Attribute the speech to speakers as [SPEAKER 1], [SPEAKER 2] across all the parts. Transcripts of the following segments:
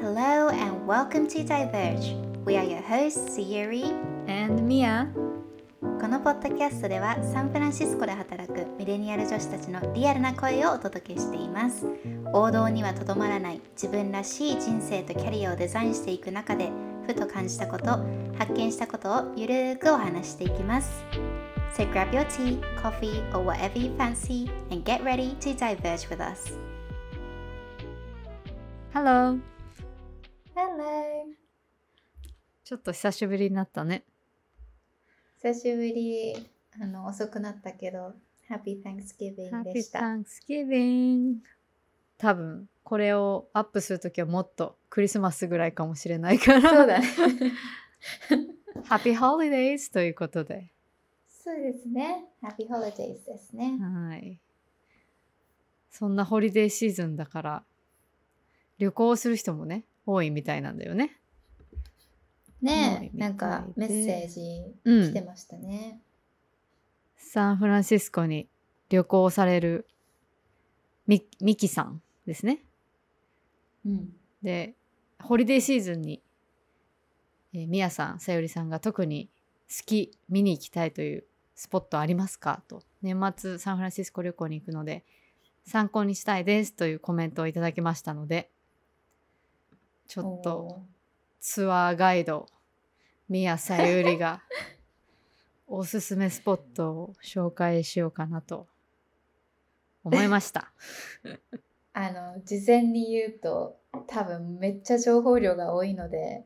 [SPEAKER 1] Hello and welcome to Diverge. We are your hosts, Yuri.
[SPEAKER 2] And Mia
[SPEAKER 1] このポッドキャストではサンフランシスコで働くミレニアル女子たちのリアルな声をお届けしています。王道にはとどまらない自分らしい人生とキャリアをデザインしていく中でふと感じたこと、発見したことをゆるーくお話していきます。So grab your tea, coffee, or whatever you fancy and get ready to diverge with us.
[SPEAKER 2] Hello
[SPEAKER 1] ハロー
[SPEAKER 2] ちょっと久しぶりになったね
[SPEAKER 1] 久しぶりあの遅くなったけど Happy Thanksgiving
[SPEAKER 2] Happy
[SPEAKER 1] でした。
[SPEAKER 2] Thanksgiving 多分これをアップするときはもっとクリスマスぐらいかもしれないか
[SPEAKER 1] そう
[SPEAKER 2] ら
[SPEAKER 1] だね。
[SPEAKER 2] Happy Holidays ということで
[SPEAKER 1] そうですね。Happy Holidays ですね。
[SPEAKER 2] はいそんなホリデーシーズンだから旅行をする人もね多いみたいなんだよね
[SPEAKER 1] ね
[SPEAKER 2] う
[SPEAKER 1] え、
[SPEAKER 2] ん
[SPEAKER 1] なんかメ
[SPEAKER 2] みたいで
[SPEAKER 1] ッセージ
[SPEAKER 2] う
[SPEAKER 1] 来て
[SPEAKER 2] ん
[SPEAKER 1] ましたね。
[SPEAKER 2] サンフランシスコに旅行されるミミキさんですね
[SPEAKER 1] うん。
[SPEAKER 2] でホリデーシーズンに、えー、みやさんさよりさんが特に好き見に行きたいというスポットありますかと年末サンフランシスコ旅行に行くので参考にしたいですというコメントをいただきましたのでち
[SPEAKER 1] ち
[SPEAKER 2] ょっとツアーガイドみやさゆりがおすすめスポットを紹介しようかなと思いました。
[SPEAKER 1] あの事前に言うと多分めっちゃ情報量が多いの で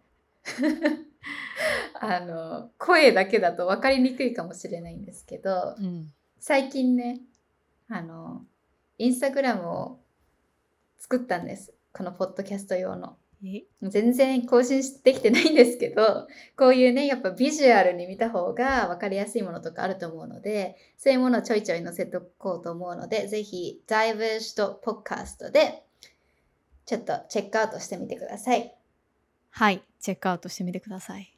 [SPEAKER 1] あの声だけだと分かりにくいかもしれないんですけど
[SPEAKER 2] うん、
[SPEAKER 1] 最近ねあのインスタグラムを作ったんですこのポッドキャスト用の
[SPEAKER 2] え
[SPEAKER 1] 全然更新できてないんですけど こういうねやっぱビジュアルに見た方が分かりやすいものとかあると思うのでそういうものをちょいちょい載せておこうと思うのでぜひ Diverge.podcast でちょっとチェックアウトしてみてください
[SPEAKER 2] はい、チェックアウトしてみてください。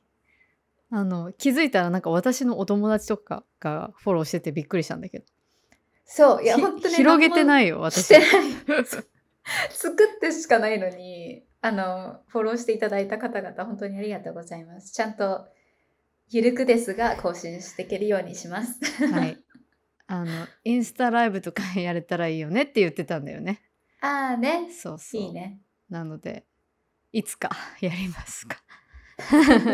[SPEAKER 2] あの、気づいたらなんか私のお友達とかがフォローしててびっくりしたんだけど。
[SPEAKER 1] そういや
[SPEAKER 2] ひ
[SPEAKER 1] 本当に
[SPEAKER 2] 広げて
[SPEAKER 1] い
[SPEAKER 2] ないよ、
[SPEAKER 1] し
[SPEAKER 2] 私
[SPEAKER 1] て。ない作ってしかないのにあのフォローしていただいた方々本当にありがとうございますちゃんとゆるくですが更新していけるようにします
[SPEAKER 2] はい。あの、インスタライブとかやれたらいいよねって言ってたんだよね。
[SPEAKER 1] ああね
[SPEAKER 2] そうそう。
[SPEAKER 1] いいね
[SPEAKER 2] なので、いつか やりますか。
[SPEAKER 1] フ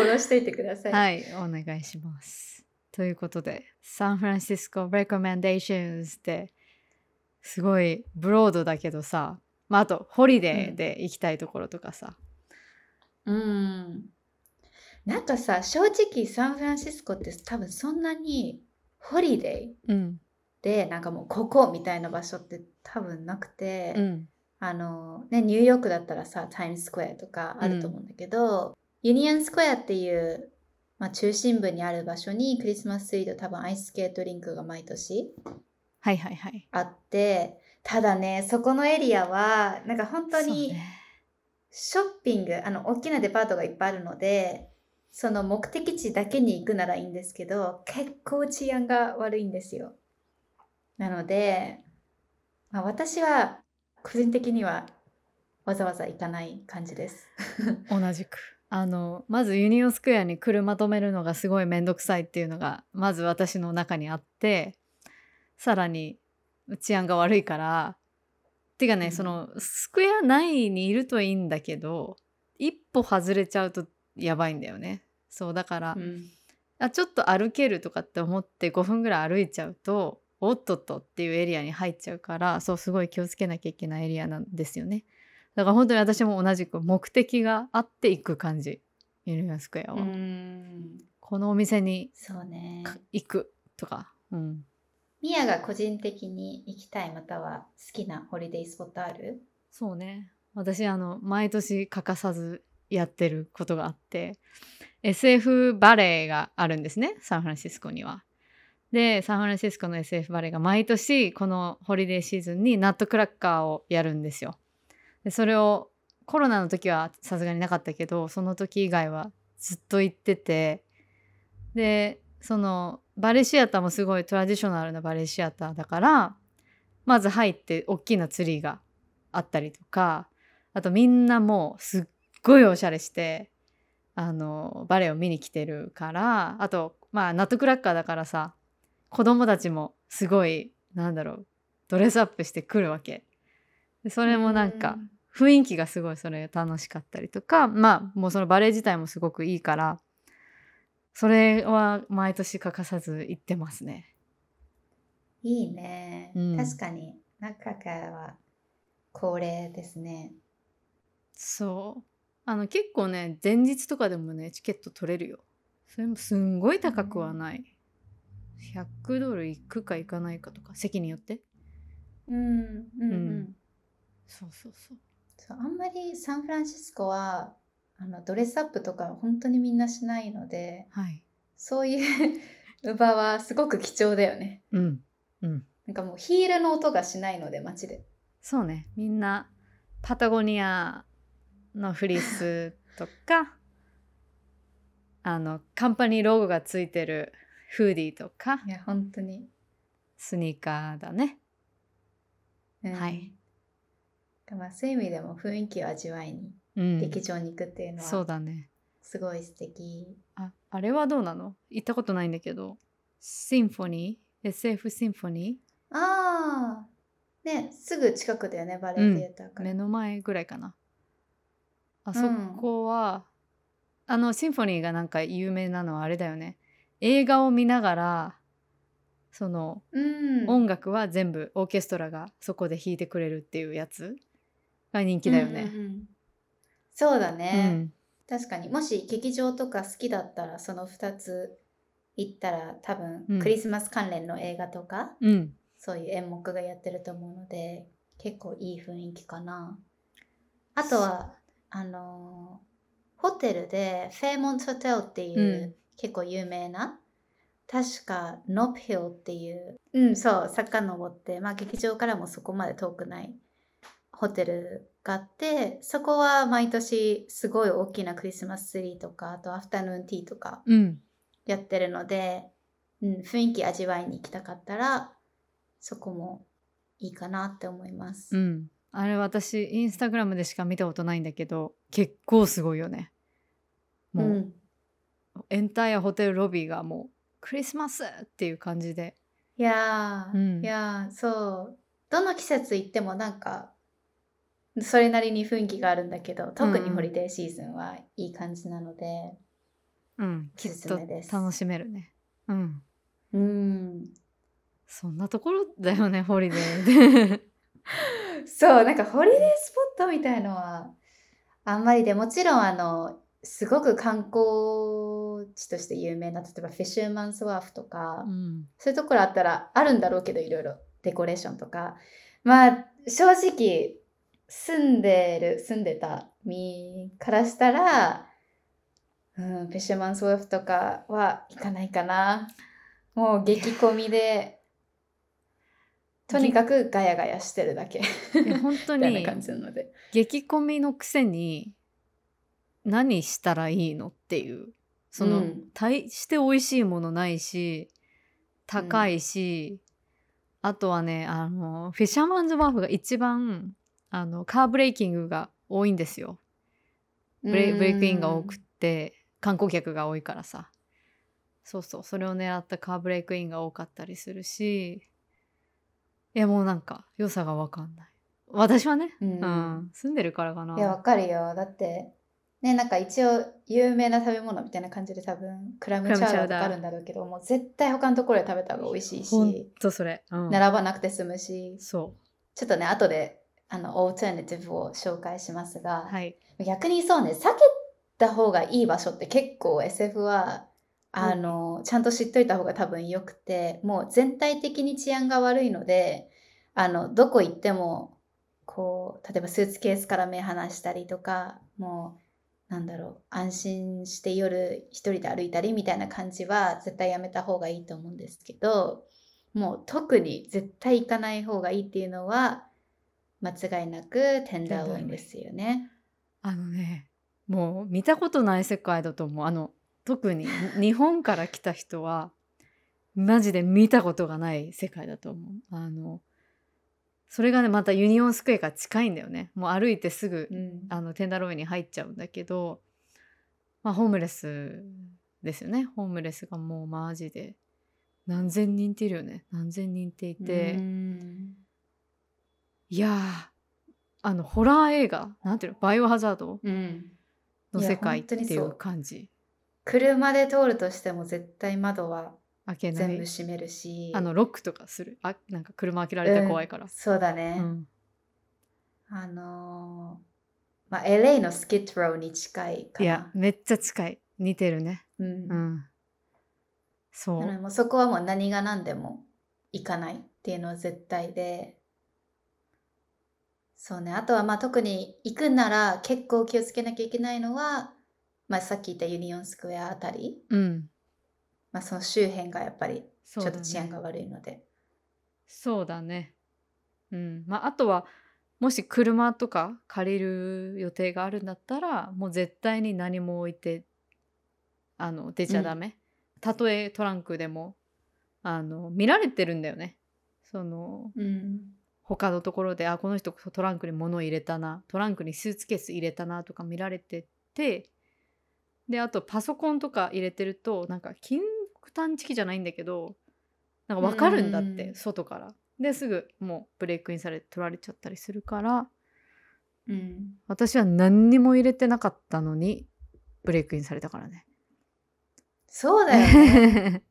[SPEAKER 1] ォローしていてください、
[SPEAKER 2] はい、お願いします。ということで、サンフランシスコ・レコメンデーションズって、すごいブロードだけどさ、まあ、あと、ホリデーで行きたいところとかさ、
[SPEAKER 1] うんなんかさ正直サンフランシスコって多分そんなにホリデー
[SPEAKER 2] うん。
[SPEAKER 1] でなんかもうここみたいな場所って多分なくて、
[SPEAKER 2] うん。
[SPEAKER 1] あのね、ニューヨークだったらさタイムズスクエアとかあると思うんだけど、ユニオンスクエアっていう、まあ、中心部にある場所にクリスマスツイート多分アイススケートリンクが毎年
[SPEAKER 2] はいはいはい。
[SPEAKER 1] あってただねそこのエリアはなんか本当
[SPEAKER 2] そう
[SPEAKER 1] に
[SPEAKER 2] ね
[SPEAKER 1] ショッピング、あの大きなデパートがいっぱいあるのでその目的地だけに行くならいいんですけど結構治安が悪いんですよなので、まあ、私は個人的にはわざわざ行かない感じです
[SPEAKER 2] 同じく。あのまずユニオンスクエアに車止めるのがすごい面倒くさいっていうのがまず私の中にあってさらに治安が悪いからてかね、
[SPEAKER 1] うん
[SPEAKER 2] そのスクエア内にいるといいんだけど一歩外れちゃうとやばいんだよねそうだから、
[SPEAKER 1] ん、
[SPEAKER 2] あちょっと歩けるとかって思って5分ぐらい歩いちゃうとおっとっとっていうエリアに入っちゃうからそうすごい気をつけなきゃいけないエリアなんですよねだから本当に私も同じく目的があって行く感じユニオンスクエアは、
[SPEAKER 1] うん
[SPEAKER 2] このお店に
[SPEAKER 1] そうね
[SPEAKER 2] か行くとか、うん、
[SPEAKER 1] ミヤが個人的に行きたいまたは好きなホリデースポットある
[SPEAKER 2] そうね私あの毎年欠かさずやってることがあって SF バレエがあるんですねサンフランシスコには。でサンフランシスコの SF バレエが毎年このホリデーシーズンにナットクラッカーをやるんですよ。でそれをコロナの時はさすがになかったけどその時以外はずっと行っててでそのバレエシアターもすごいトラディショナルなバレエシアターだからまず入って大きなツリーがあったりとかあとみんなもうすっごいおしゃれしてあのバレエを見に来てるからあとまあナットクラッカーだからさ子供たちもすごいなんだろうドレスアップしてくるわけでそれもなんか雰囲気がすごいそれ楽しかったりとかまあもうそのバレエ自体もすごくいいからそれは毎年欠かさず行ってますね。
[SPEAKER 1] いいね、
[SPEAKER 2] うん
[SPEAKER 1] 確かに中からは恒例ですね
[SPEAKER 2] そうあの結構ね前日とかでもねチケット取れるよそれもすんごい高くはない、100ドルいくかいかないかとか席によって
[SPEAKER 1] うんうん、う
[SPEAKER 2] うんん、そうそうそう
[SPEAKER 1] そうあんまりサンフランシスコはあのドレスアップとか本当にみんなしないので
[SPEAKER 2] はい
[SPEAKER 1] そういう 場はすごく貴重だよね
[SPEAKER 2] うんうん
[SPEAKER 1] なんかもうヒールの音がしないので街で
[SPEAKER 2] そうねみんなパタゴニアのフリスとか あのカンパニーロゴがついてるフーディーとか
[SPEAKER 1] いや本当に、
[SPEAKER 2] スニーカーだね
[SPEAKER 1] うん
[SPEAKER 2] はい
[SPEAKER 1] まあ、そういう意味でも雰囲気を味わいに
[SPEAKER 2] うん
[SPEAKER 1] 劇場に行くっていうの
[SPEAKER 2] そ
[SPEAKER 1] は
[SPEAKER 2] うだね
[SPEAKER 1] すごい素敵、
[SPEAKER 2] ああれはどうなの行ったことないんだけどシンフォニー SF シンフォニ
[SPEAKER 1] ああねすぐ近くだよねバレエデーター
[SPEAKER 2] ー
[SPEAKER 1] から、
[SPEAKER 2] 目の前ぐらいかなあそ
[SPEAKER 1] ん
[SPEAKER 2] こは、あのシンフォニーがなんか有名なのはあれだよね映画を見ながらその
[SPEAKER 1] うん
[SPEAKER 2] 音楽は全部オーケストラがそこで弾いてくれるっていうやつが人気だよ
[SPEAKER 1] うん
[SPEAKER 2] ね。
[SPEAKER 1] うんうんそうだ
[SPEAKER 2] うん
[SPEAKER 1] ね、確かにもし劇場とか好きだったらその2つ行ったら多
[SPEAKER 2] う
[SPEAKER 1] 分
[SPEAKER 2] ん
[SPEAKER 1] クリスマス関連の映画とか、
[SPEAKER 2] うん
[SPEAKER 1] そういう演目がやってると思うので結構いい雰囲気かなあとはあのーホテルでフェーモントホテルっていう、
[SPEAKER 2] うん
[SPEAKER 1] 結構有名な確かノップヒルっていううんそう遡ってまあ劇場からもそこまで遠くないホテルがあってそこは毎年すごい大きなクリスマスツリーとかあとアフタヌーンティーとか
[SPEAKER 2] うん
[SPEAKER 1] やってるので、うん、雰囲気味わいに行きたかったらそこもいいかなって思います。
[SPEAKER 2] うん、あれ私インスタグラムでしか見たことないんだけど結構すごいよねもう、
[SPEAKER 1] うん
[SPEAKER 2] エンタイアホテルロビーがもうクリスマスっていう感じで
[SPEAKER 1] いやー、
[SPEAKER 2] うん
[SPEAKER 1] いやーそうどの季節行ってもなんかそれなりに雰囲気があるんだけど特にホリデーシーズンはいい感じなので、
[SPEAKER 2] うん
[SPEAKER 1] お
[SPEAKER 2] きっ
[SPEAKER 1] すす
[SPEAKER 2] と
[SPEAKER 1] めです
[SPEAKER 2] 楽しめるねうん
[SPEAKER 1] うん、
[SPEAKER 2] そんなところだよねホリデー で
[SPEAKER 1] そうなんかホリデースポットみたいのはあんまりでもちろんあのすごく観光地として有名な例えばフィッシュマンスワーフとか、
[SPEAKER 2] うん
[SPEAKER 1] そういうところあったらあるんだろうけどいろいろデコレーションとかまあ正直住んでる住んでた身からしたら、うん、ペシュマンソーフとかは行かないかなもう激混みでとにかくガヤガヤしてるだけ
[SPEAKER 2] いや本当
[SPEAKER 1] みたい
[SPEAKER 2] に
[SPEAKER 1] な感じなので
[SPEAKER 2] 激コミのくせに何したらいいのっていうその、
[SPEAKER 1] うん
[SPEAKER 2] 大して美味しいものないし高いし、あとはねあのフィッシャーマンズワーフが一番あのカーブレイキングが多いんですよブレイブレイクインが多くって観光客が多いからさそうそうそれを狙ったカーブレイクインが多かったりするしいやもうなんか良さが分かんない私はね
[SPEAKER 1] うん、う
[SPEAKER 2] うんん、住んでるからかない
[SPEAKER 1] や、わかるよ。だって、ね、なんか一応有名な食べ物みたいな感じで多分、クラムチャウダーとかあるんだろうけど、もう絶対他のところで食べた方が美味しい
[SPEAKER 2] ほん
[SPEAKER 1] し、
[SPEAKER 2] とそれ、うん、
[SPEAKER 1] 並ばなくて済むし、
[SPEAKER 2] そ
[SPEAKER 1] ちょっとね、後で、あの、オーターネティブを紹介します
[SPEAKER 2] う
[SPEAKER 1] が、
[SPEAKER 2] はい
[SPEAKER 1] 逆にそうね、避けた方がいい場所って結構 SF は、あの、ちゃんと知っといた方が多分良くて、もう全体的に治安が悪いので、あの、どこ行っても、こう、例えばスーツケースから目離したりとか、もう、なんだろう、安心して夜一人で歩いたりみたいな感じは絶対やめた方がいいと思うんですけど、もう特に絶対行かない方がいいっていうのは、間違いなくテンダーロインですよね。
[SPEAKER 2] あのねもう見たことない世界だと思うあの特に 日本から来た人はマジで見たことがない世界だと思うあのそれがねまたユニオンスクエアから近いんだよねもう歩いてすぐ、
[SPEAKER 1] うん
[SPEAKER 2] あのテンダーロイに入っちゃうんだけど、まあ、ホームレスですよねホームレスがもうマジで何千人っているよね何千人っていて、
[SPEAKER 1] うん
[SPEAKER 2] いやーあのホラー映画なんていうのバイオハザード
[SPEAKER 1] うん
[SPEAKER 2] の世界
[SPEAKER 1] い
[SPEAKER 2] っ
[SPEAKER 1] や
[SPEAKER 2] て
[SPEAKER 1] 本当に
[SPEAKER 2] い
[SPEAKER 1] そう
[SPEAKER 2] う感じ
[SPEAKER 1] 車で通るとしても絶対窓は
[SPEAKER 2] 開けな
[SPEAKER 1] 全部
[SPEAKER 2] い
[SPEAKER 1] 閉めるし
[SPEAKER 2] あのロックとかするあなんか車開けられたら怖いから、
[SPEAKER 1] そうだね、
[SPEAKER 2] うん
[SPEAKER 1] あのーまあ LA のスキットローに近いか
[SPEAKER 2] い
[SPEAKER 1] な
[SPEAKER 2] やめっちゃ近い似てるね
[SPEAKER 1] うん
[SPEAKER 2] う
[SPEAKER 1] なん
[SPEAKER 2] そう、
[SPEAKER 1] のでもうそこはもう何が何でも行かないっていうのは絶対でそうねあとはまあ特に行くなら結構気をつけなきゃいけないのは、まあ、さっき言ったユニオンスクエアあたり、
[SPEAKER 2] うん
[SPEAKER 1] まあ、その周辺がやっぱりち
[SPEAKER 2] そ
[SPEAKER 1] ょ
[SPEAKER 2] う
[SPEAKER 1] っと
[SPEAKER 2] だね
[SPEAKER 1] 治安が悪いので、
[SPEAKER 2] そうだねうんまああとはもし車とか借りる予定があるんだったらもう絶対に何も置いてあの出ちゃダメ、たとえトランクでもあの見られてるんだよねその
[SPEAKER 1] うん
[SPEAKER 2] 他のところであこの人トランクに物入れたなトランクにスーツケース入れたなとか見られててであとパソコンとか入れてるとなんか金属探知機じゃないんだけどなんか分かるんだって、
[SPEAKER 1] うん
[SPEAKER 2] 外からですぐもうブレイクインされて取られちゃったりするから
[SPEAKER 1] うん、
[SPEAKER 2] 私は何にも入れてなかったのにブレイクインされたからね。
[SPEAKER 1] そうだよね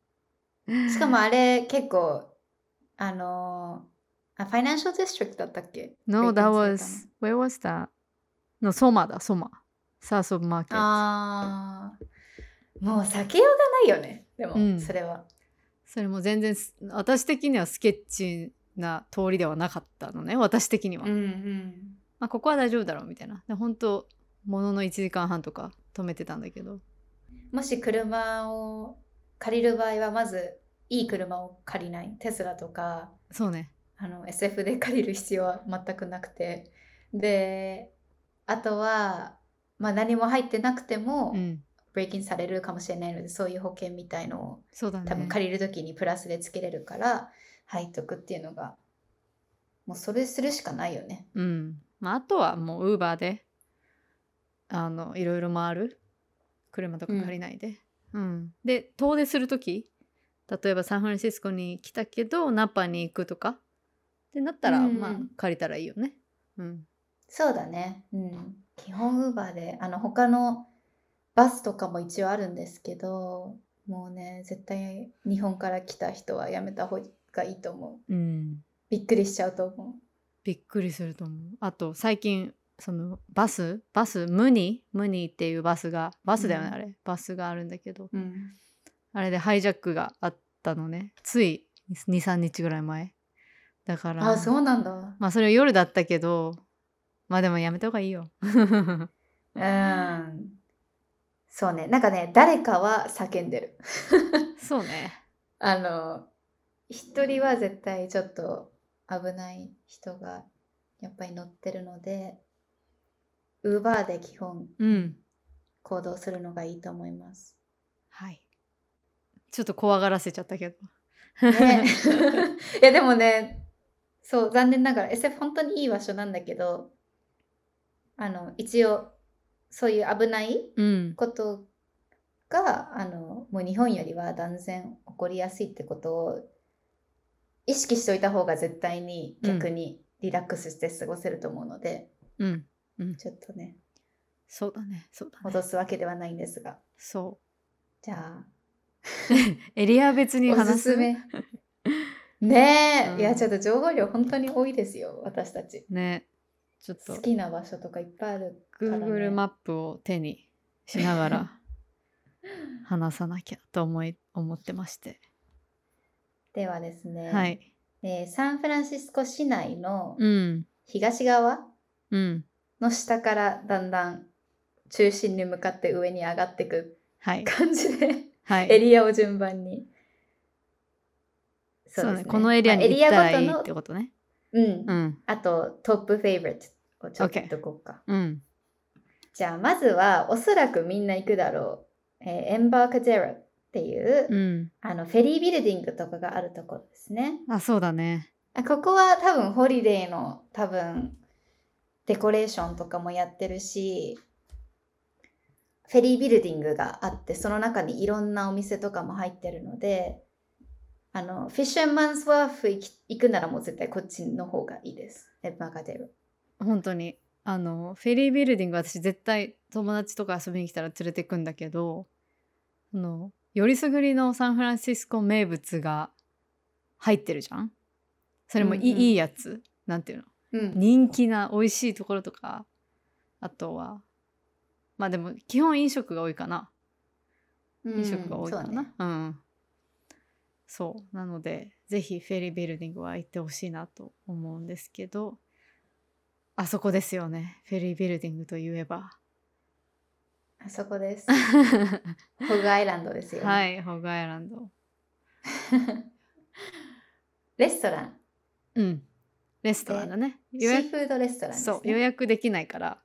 [SPEAKER 1] し
[SPEAKER 2] し
[SPEAKER 1] かもあれ結構あのーあファイナンシャルディストリクトだったっけ
[SPEAKER 2] No,
[SPEAKER 1] レイトンされ
[SPEAKER 2] that
[SPEAKER 1] た
[SPEAKER 2] was where was that? のソマだソマ。サースオブマーケット。
[SPEAKER 1] のあーもう避けようがないよねでも、
[SPEAKER 2] うん
[SPEAKER 1] それは
[SPEAKER 2] それも全然す私的にはスケッチな通りではなかったのね私的には、
[SPEAKER 1] ん
[SPEAKER 2] まあ、ここは大丈夫だろうみたいなで本当ものの1時間半とか止めてたんだけど
[SPEAKER 1] もし車を借りる場合はまずいい車を借りないテスラとか
[SPEAKER 2] そうね
[SPEAKER 1] あの SF で借りる必要は全くなくてであとは、まあ、何も入ってなくても、
[SPEAKER 2] うん
[SPEAKER 1] ブレイキンされるかもしれないのでそういう保険みたいのを
[SPEAKER 2] そうだね
[SPEAKER 1] 多分借りる時にプラスでつけれるから入っとくっていうのがもうそれするしかないよね。
[SPEAKER 2] うん、まあ、あとはもうウーバーであのいろいろ回る車とか借りないで、うんで遠出する時例えばサンフランシスコに来たけどナパに行くとかってなったら、
[SPEAKER 1] うんうん
[SPEAKER 2] まあ借りたらいいよねうん
[SPEAKER 1] そうだね。うん。基本ウーバーであの他のバスとかも一応あるんですけどもうね絶対日本から来た人はやめた方がいいと思う。
[SPEAKER 2] うん
[SPEAKER 1] びっくりしちゃうと思
[SPEAKER 2] びっくりすると思うあと最近そのバスバスムニムニっていうバスがバスだよね、
[SPEAKER 1] うん
[SPEAKER 2] あれバスがあるんだけど
[SPEAKER 1] う。うん。
[SPEAKER 2] あれでハイジャックがあったのねつい23日ぐらい前だから
[SPEAKER 1] あそうなんだ。
[SPEAKER 2] まあそれは夜だったけどまあでもやめた方がいいよ
[SPEAKER 1] うん。そうね。なんかね誰かは叫んでる。
[SPEAKER 2] そうね
[SPEAKER 1] あの、一人は絶対ちょっと危ない人がやっぱり乗ってるので、ウーバーで基本
[SPEAKER 2] うん
[SPEAKER 1] 行動するのがいいと思います。
[SPEAKER 2] はいちょっと怖がらせちゃったけど
[SPEAKER 1] ね、 いやでもね、そう、残念ながら SF 本当にいい場所なんだけど、あの、一応そういう危ない
[SPEAKER 2] うん
[SPEAKER 1] ことがあのもう日本よりは断然起こりやすいってことを意識しておいた方が絶対に
[SPEAKER 2] うん
[SPEAKER 1] 逆にリラックスして過ごせると思うので、
[SPEAKER 2] うん
[SPEAKER 1] ちょっとね
[SPEAKER 2] そうだねそうだね
[SPEAKER 1] 戻すわけではないんですが
[SPEAKER 2] そ
[SPEAKER 1] じゃあ
[SPEAKER 2] うエリア別に
[SPEAKER 1] おす
[SPEAKER 2] 話
[SPEAKER 1] す めねえ、
[SPEAKER 2] うん
[SPEAKER 1] いやちょっと情報量本当に多いですよ私たち
[SPEAKER 2] ねちょっと
[SPEAKER 1] 好きな場所とかいっぱいあるから、ね、
[SPEAKER 2] Google マップを手にしな がら話さなきゃと思い思ってまして、
[SPEAKER 1] ではですね、
[SPEAKER 2] はい
[SPEAKER 1] えーサンフランシスコ市内の
[SPEAKER 2] うん
[SPEAKER 1] 東側、
[SPEAKER 2] うん
[SPEAKER 1] の下からだんだん中心に向かって上に上がっていく
[SPEAKER 2] はい
[SPEAKER 1] 感じで
[SPEAKER 2] はい
[SPEAKER 1] エリアを順番に
[SPEAKER 2] そう
[SPEAKER 1] です
[SPEAKER 2] ねこのエリアに行った
[SPEAKER 1] まあ
[SPEAKER 2] ら
[SPEAKER 1] エリア
[SPEAKER 2] い
[SPEAKER 1] ご
[SPEAKER 2] いっ
[SPEAKER 1] と
[SPEAKER 2] て
[SPEAKER 1] の
[SPEAKER 2] ことね
[SPEAKER 1] うん、
[SPEAKER 2] うん
[SPEAKER 1] あとトップフェイブリットをちょっと
[SPEAKER 2] OK
[SPEAKER 1] 言っとこうか
[SPEAKER 2] うん
[SPEAKER 1] じゃあまずはおそらくみんな行くだろう、えーエンバーカゼロっていう、
[SPEAKER 2] うん
[SPEAKER 1] あのフェリービルディングとかがあるところですね
[SPEAKER 2] あそうだね
[SPEAKER 1] あここは多分ホリデーの多分デコレーションとかもやってるしフェリービルディングがあってその中にいろんなお店とかも入ってるのであのフィッシャーマンズワーフ行き行くならもう絶対こっちの方がいいですエバカデル
[SPEAKER 2] 本当にあのフェリービルディング私絶対友達とか遊びに来たら連れてくんだけどあのよりすぐりのサンフランシスコ名物が入ってるじゃんそれもいい,、
[SPEAKER 1] うんうん
[SPEAKER 2] いいやつなんていうの
[SPEAKER 1] うん
[SPEAKER 2] 人気な美味しいところとかあとはまあでも基本飲食が多いかな飲食が多いか
[SPEAKER 1] うんそう
[SPEAKER 2] な
[SPEAKER 1] ね
[SPEAKER 2] うん、そうなのでぜひフェリービルディングは行ってほしいなと思うんですけどあそこですよねフェリービルディングといえば
[SPEAKER 1] あそこ です
[SPEAKER 2] は
[SPEAKER 1] ホグアイランドですよ、い、
[SPEAKER 2] いホグアイランド
[SPEAKER 1] レストラン
[SPEAKER 2] うんレストランだね
[SPEAKER 1] シ
[SPEAKER 2] 予
[SPEAKER 1] ー
[SPEAKER 2] 約
[SPEAKER 1] フードレストランです、ね、
[SPEAKER 2] そう予約できないから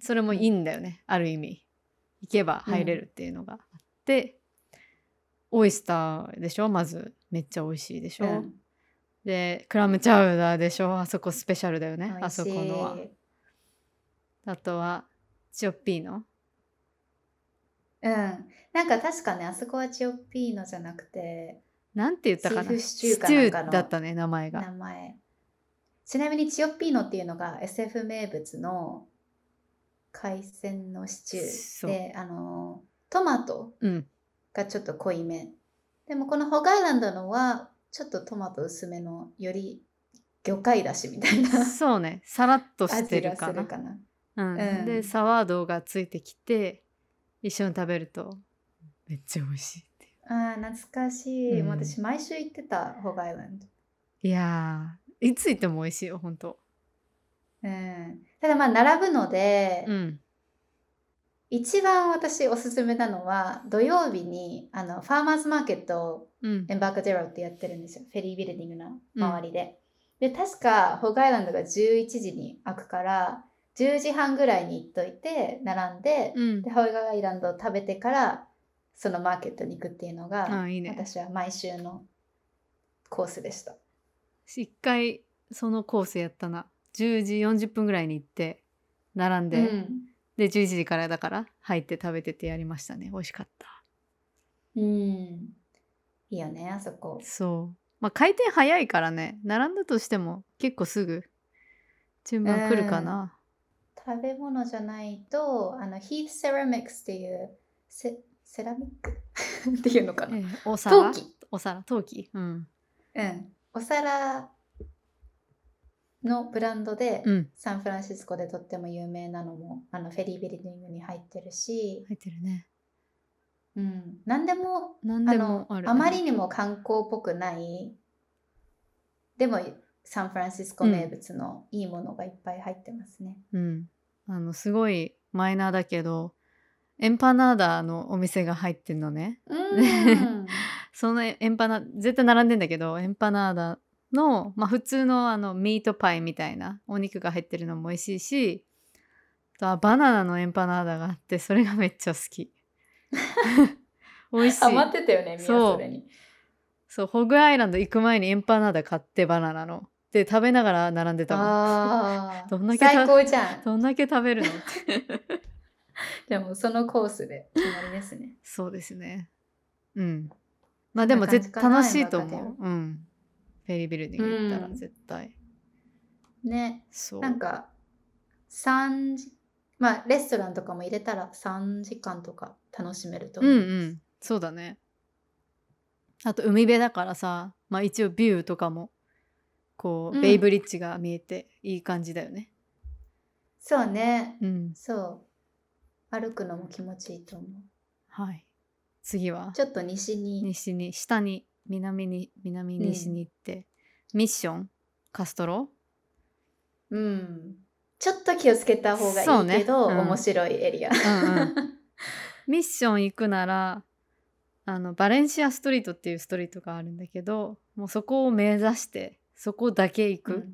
[SPEAKER 2] それもいいんだよね、ある意味行けば入れるっていうのがあって、オイスターでしょまずめっちゃ美味しいでしょ、
[SPEAKER 1] うん
[SPEAKER 2] でクラムチャウダーでしょあそこスペシャルだよね
[SPEAKER 1] 美
[SPEAKER 2] あ
[SPEAKER 1] 味し
[SPEAKER 2] そ
[SPEAKER 1] い
[SPEAKER 2] このはあとはチオッピーノ
[SPEAKER 1] うんなんか確かねあそこはチオッピーノじゃなくて
[SPEAKER 2] なんて言ったか
[SPEAKER 1] シ
[SPEAKER 2] な
[SPEAKER 1] ーフシチューか
[SPEAKER 2] シ
[SPEAKER 1] なん
[SPEAKER 2] チ
[SPEAKER 1] か
[SPEAKER 2] ュ
[SPEAKER 1] の
[SPEAKER 2] ーだったね名前が
[SPEAKER 1] 名前ちなみにチオッピーノっていうのが SF 名物の海鮮のシチュー
[SPEAKER 2] そう
[SPEAKER 1] であのトマト
[SPEAKER 2] うん
[SPEAKER 1] がちょっと濃いめでもこのホガイランドのはちょっとトマト薄めのより魚介だしみたいな
[SPEAKER 2] そうねさらっとし て
[SPEAKER 1] 味
[SPEAKER 2] る
[SPEAKER 1] が
[SPEAKER 2] か
[SPEAKER 1] す
[SPEAKER 2] な
[SPEAKER 1] るかな
[SPEAKER 2] うん
[SPEAKER 1] うん
[SPEAKER 2] でサワードがついてきて一緒に食べるとめっちゃ美味しいっていう
[SPEAKER 1] あー懐かしい、もう
[SPEAKER 2] うん
[SPEAKER 1] 私毎週行ってたホガイランド
[SPEAKER 2] いやーいつ行っても美味しいよ本当
[SPEAKER 1] うんただまあ並ぶので、
[SPEAKER 2] うん
[SPEAKER 1] 一番私おすすめなのは土曜日にあのファーマーズマーケットを
[SPEAKER 2] うん
[SPEAKER 1] エンバーカデロってやってるんですよ。フェリービルディングの周りで。で、確か、ホガイランドが11時に開くから、10時半ぐらいに行っといて、並んで、
[SPEAKER 2] うん
[SPEAKER 1] で、ホガイランドを食べてから、そのマーケットに行くっていうのが、
[SPEAKER 2] あいいね
[SPEAKER 1] 私は毎週のコースでした。
[SPEAKER 2] 一回そのコースやったな10時40分ぐらいに行って並んで、
[SPEAKER 1] うん
[SPEAKER 2] で11時からだから入って食べててやりましたね美味しかった
[SPEAKER 1] うん。いいよね、あそこ。
[SPEAKER 2] そうまあ回転早いからね並んだとしても結構すぐ順番来るかな、
[SPEAKER 1] 食べ物じゃないと、あの、ヒー t セラミックスっていう、セセラミック っていうのかな。
[SPEAKER 2] えーお皿
[SPEAKER 1] 陶器。
[SPEAKER 2] お皿陶器うん、
[SPEAKER 1] うん、お皿のブランドで、
[SPEAKER 2] うん、
[SPEAKER 1] サンフランシスコでとっても有名なのもあのフェリービルディングに入ってるし、
[SPEAKER 2] 入ってるね
[SPEAKER 1] うん、何でも
[SPEAKER 2] 何
[SPEAKER 1] あ
[SPEAKER 2] でも
[SPEAKER 1] の
[SPEAKER 2] ある
[SPEAKER 1] あまりにも観光っぽくないでもサンフランシスコ名物のいいものがいっぱい入ってますね。
[SPEAKER 2] うん、あのすごいマイナーだけどエンパナーダのお店が入ってんのね
[SPEAKER 1] うん
[SPEAKER 2] ん そのエンパナ絶対並んでんだけどエンパナーダの、まあ、普通のあのミートパイみたいなお肉が入ってるのも美味しいしあとはバナナのエンパナーダがあってそれがめっちゃ好 き美味しい
[SPEAKER 1] ハマってたよねみんな
[SPEAKER 2] そう
[SPEAKER 1] それに。
[SPEAKER 2] そうホグアイランド行く前にエンパナーダ買ってバナナので食べながら並んでたもん
[SPEAKER 1] あー
[SPEAKER 2] どんだけた
[SPEAKER 1] 最高じゃん。
[SPEAKER 2] どんだけ食べるのって
[SPEAKER 1] じゃあもうそのコースで決まりですね。
[SPEAKER 2] そうですねうんまあでも
[SPEAKER 1] そんな
[SPEAKER 2] 絶
[SPEAKER 1] 感じかな
[SPEAKER 2] 楽しいと
[SPEAKER 1] 今ま
[SPEAKER 2] 思ううんフェリービルディング行ったら
[SPEAKER 1] うん
[SPEAKER 2] 絶対、
[SPEAKER 1] ね。
[SPEAKER 2] そう
[SPEAKER 1] なんか3時まあレストランとかも入れたら3時間とか楽しめると思
[SPEAKER 2] う
[SPEAKER 1] い
[SPEAKER 2] ん
[SPEAKER 1] ます
[SPEAKER 2] うんそうだねあと海辺だからさ、まあ、一応ビューとかもこう、
[SPEAKER 1] うん
[SPEAKER 2] ベイブリッジが見えていい感じだよね
[SPEAKER 1] そうね
[SPEAKER 2] うん
[SPEAKER 1] そう歩くのも気持ちいいと思う
[SPEAKER 2] はい次は
[SPEAKER 1] ちょっと西に
[SPEAKER 2] 西に下に南に南西に行って、ミッションカストロ
[SPEAKER 1] うんちょっと気をつけた方が
[SPEAKER 2] そう
[SPEAKER 1] いい
[SPEAKER 2] ね
[SPEAKER 1] けど、
[SPEAKER 2] うん
[SPEAKER 1] 面白いエリア
[SPEAKER 2] うんうんミッション行くならあのバレンシアストリートっていうストリートがあるんだけどもうそこを目指してそこだけ行く、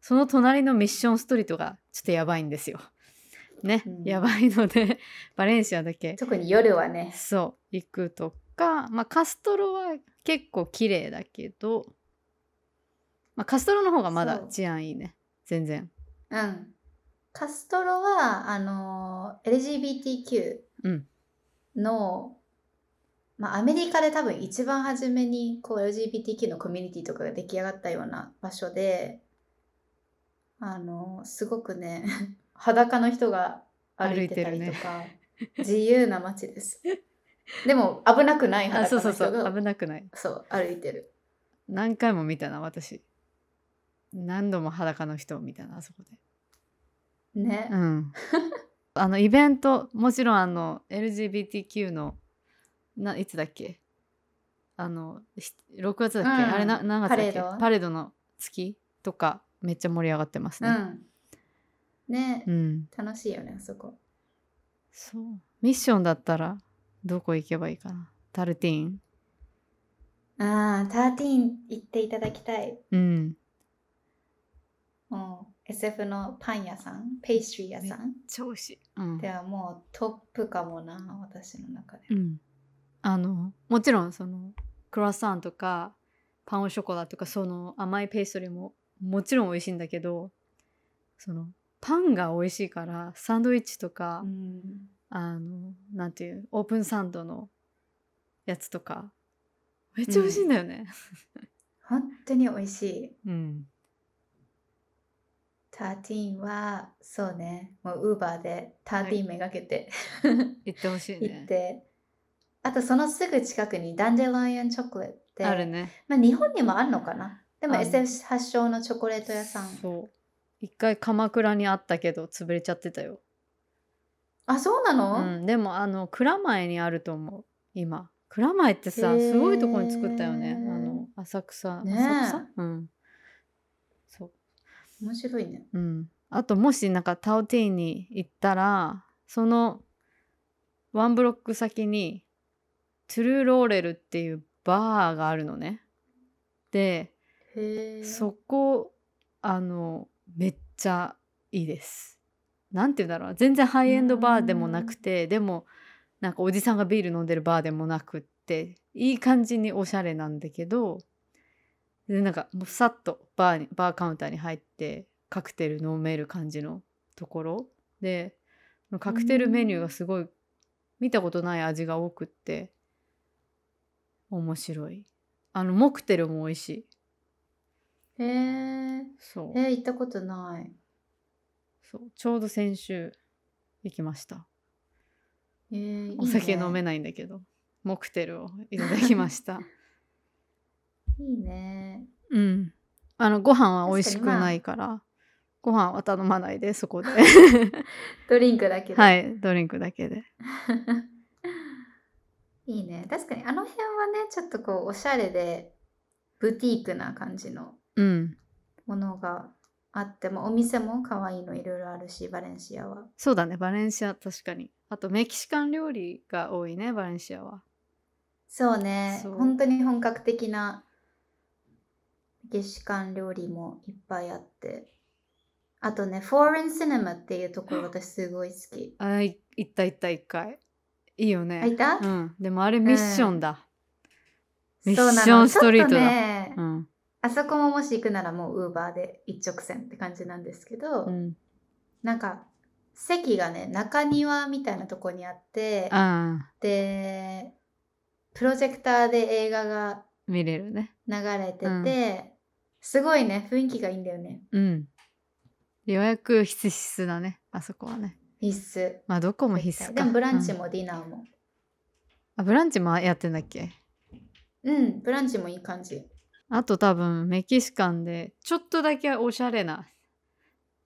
[SPEAKER 2] その隣のミッションストリートがちょっとやばいんですよ。ね、
[SPEAKER 1] うん
[SPEAKER 2] やばいのでバレンシアだけ
[SPEAKER 1] 特に夜はね
[SPEAKER 2] そう行くとか、まあ、カストロは結構綺麗だけどまあ、カストロの方がまだ
[SPEAKER 1] そう
[SPEAKER 2] 治安いいね全然
[SPEAKER 1] うん。カストロは、あのー LGBTQ
[SPEAKER 2] うん
[SPEAKER 1] の、まあ、アメリカで多分一番初めにこう LGBTQ のコミュニティとかが出来上がったような場所で、あのーすごくね、 裸の人が歩いてたりとか、自由な街です。でも危なくない
[SPEAKER 2] あ
[SPEAKER 1] 裸
[SPEAKER 2] そうそ
[SPEAKER 1] の
[SPEAKER 2] うそ
[SPEAKER 1] 人が
[SPEAKER 2] う危なくない
[SPEAKER 1] そう歩いてる。
[SPEAKER 2] 何回も見たな私何度も裸の人を見たなあそこで
[SPEAKER 1] ね。
[SPEAKER 2] うん あのイベントもちろんあの LGBTQ のないつだっけあのひ6月だっけ、
[SPEAKER 1] うん
[SPEAKER 2] あれな何月だっけ
[SPEAKER 1] パレード
[SPEAKER 2] パレードの月とかめっちゃ盛り上がってますね
[SPEAKER 1] うん。ね、
[SPEAKER 2] うん
[SPEAKER 1] 楽しいよね、あそこ。
[SPEAKER 2] そうミッションだったらどこ行けばいいかなタルティーン
[SPEAKER 1] ああ、13行っていただきたい。
[SPEAKER 2] うん
[SPEAKER 1] もう SF のパン屋さん、ペイストリー屋さん
[SPEAKER 2] 調子うん
[SPEAKER 1] で、はもうトップかもな、私の中で。
[SPEAKER 2] うん、あのもちろんそのクロワッサンとかパンオショコラとかその甘いペーストリーももちろん美味しいんだけどそのパンが美味しいからサンドイッチとか、
[SPEAKER 1] うん、
[SPEAKER 2] あのなんていうオープンサンドのやつとかめっちゃ美味しいんだよね。
[SPEAKER 1] 本当に美味しい。
[SPEAKER 2] うん、
[SPEAKER 1] 13は、そうね、もうウーバーで13めがけて、
[SPEAKER 2] 行ってほしい
[SPEAKER 1] 行っ
[SPEAKER 2] ね。
[SPEAKER 1] て、あとそのすぐ近くにダンデロイアンチョコレートって、
[SPEAKER 2] あるね。
[SPEAKER 1] まあ日本にもあるのかなでも
[SPEAKER 2] ある
[SPEAKER 1] SF 発祥のチョコレート屋さん。
[SPEAKER 2] そう一回鎌倉にあったけど潰れちゃってたよ。
[SPEAKER 1] あ、そうなの、
[SPEAKER 2] うん、でもあの蔵前にあると思う今蔵前ってさ
[SPEAKER 1] へー
[SPEAKER 2] すごいとこに作ったよねあの浅草、
[SPEAKER 1] ねえ
[SPEAKER 2] 浅草うんそ
[SPEAKER 1] 面白いね。
[SPEAKER 2] ううんあともしなんかタオティーンに行ったらそのワンブロック先にトゥルーローレルっていうバーがあるのねで
[SPEAKER 1] へえ。
[SPEAKER 2] そこあのめっちゃいいです。なんて言うんだろう全然ハイエンドバーでもなくてでもなんかおじさんがビール飲んでるバーでもなくっていい感じにおしゃれなんだけどでなんかもうさっとバーにバーカウンターに入ってカクテル飲める感じのところでカクテルメニューがすごい見たことない味が多くって面白いあのモクテルも美味しい
[SPEAKER 1] へえ。
[SPEAKER 2] そう
[SPEAKER 1] えー、行ったことない。
[SPEAKER 2] そうちょうど先週行きました
[SPEAKER 1] えー、いいね
[SPEAKER 2] お酒飲めないんだけどモクテルをいただきました
[SPEAKER 1] いいね。
[SPEAKER 2] うんあのご飯は美味しくないからご飯は頼まないで そこで
[SPEAKER 1] ドリンクだけで。。
[SPEAKER 2] はいいドリンクだけで
[SPEAKER 1] いいね。確かにあの辺はね、ちょっとこう、おしゃれで、ブティークな感じの
[SPEAKER 2] うん
[SPEAKER 1] ものがあっても、お店も可愛いのいろいろあるし、バレンシアは。
[SPEAKER 2] そうだねバレンシア確かにあとメキシカン料理が多いねバレンシアは
[SPEAKER 1] そうね。
[SPEAKER 2] そう
[SPEAKER 1] 本当に本格的なメキシカン料理もいっぱいあって。あとね、フォーレンシネマっていうところ私すごい好き。
[SPEAKER 2] あい行った行った一回いいよ
[SPEAKER 1] あ、い
[SPEAKER 2] ね
[SPEAKER 1] た、
[SPEAKER 2] うんでもあれミッションだ、ミッシ
[SPEAKER 1] そうなの
[SPEAKER 2] ョンストリートだ
[SPEAKER 1] ちょっとね
[SPEAKER 2] うん
[SPEAKER 1] あそこももし行くならもうウーバーで一直線って感じなんですけど、
[SPEAKER 2] うん
[SPEAKER 1] なんか席がね中庭みたいなとこにあって
[SPEAKER 2] あ
[SPEAKER 1] でプロジェクターで映画が
[SPEAKER 2] ー見れるね
[SPEAKER 1] 流れてて、
[SPEAKER 2] うん
[SPEAKER 1] すごいね雰囲気がいいんだよね
[SPEAKER 2] うん。予約必須だね、あそこはね。
[SPEAKER 1] 必須
[SPEAKER 2] まあ、どこも
[SPEAKER 1] 絶
[SPEAKER 2] 必
[SPEAKER 1] 対
[SPEAKER 2] 須
[SPEAKER 1] で
[SPEAKER 2] か。
[SPEAKER 1] もブランチ
[SPEAKER 2] うん
[SPEAKER 1] もディナーも
[SPEAKER 2] あ、ブランチもやってんだっけ
[SPEAKER 1] うん、ブランチもいい感じ
[SPEAKER 2] あと多分、メキシカンで、ちょっとだけおしゃれな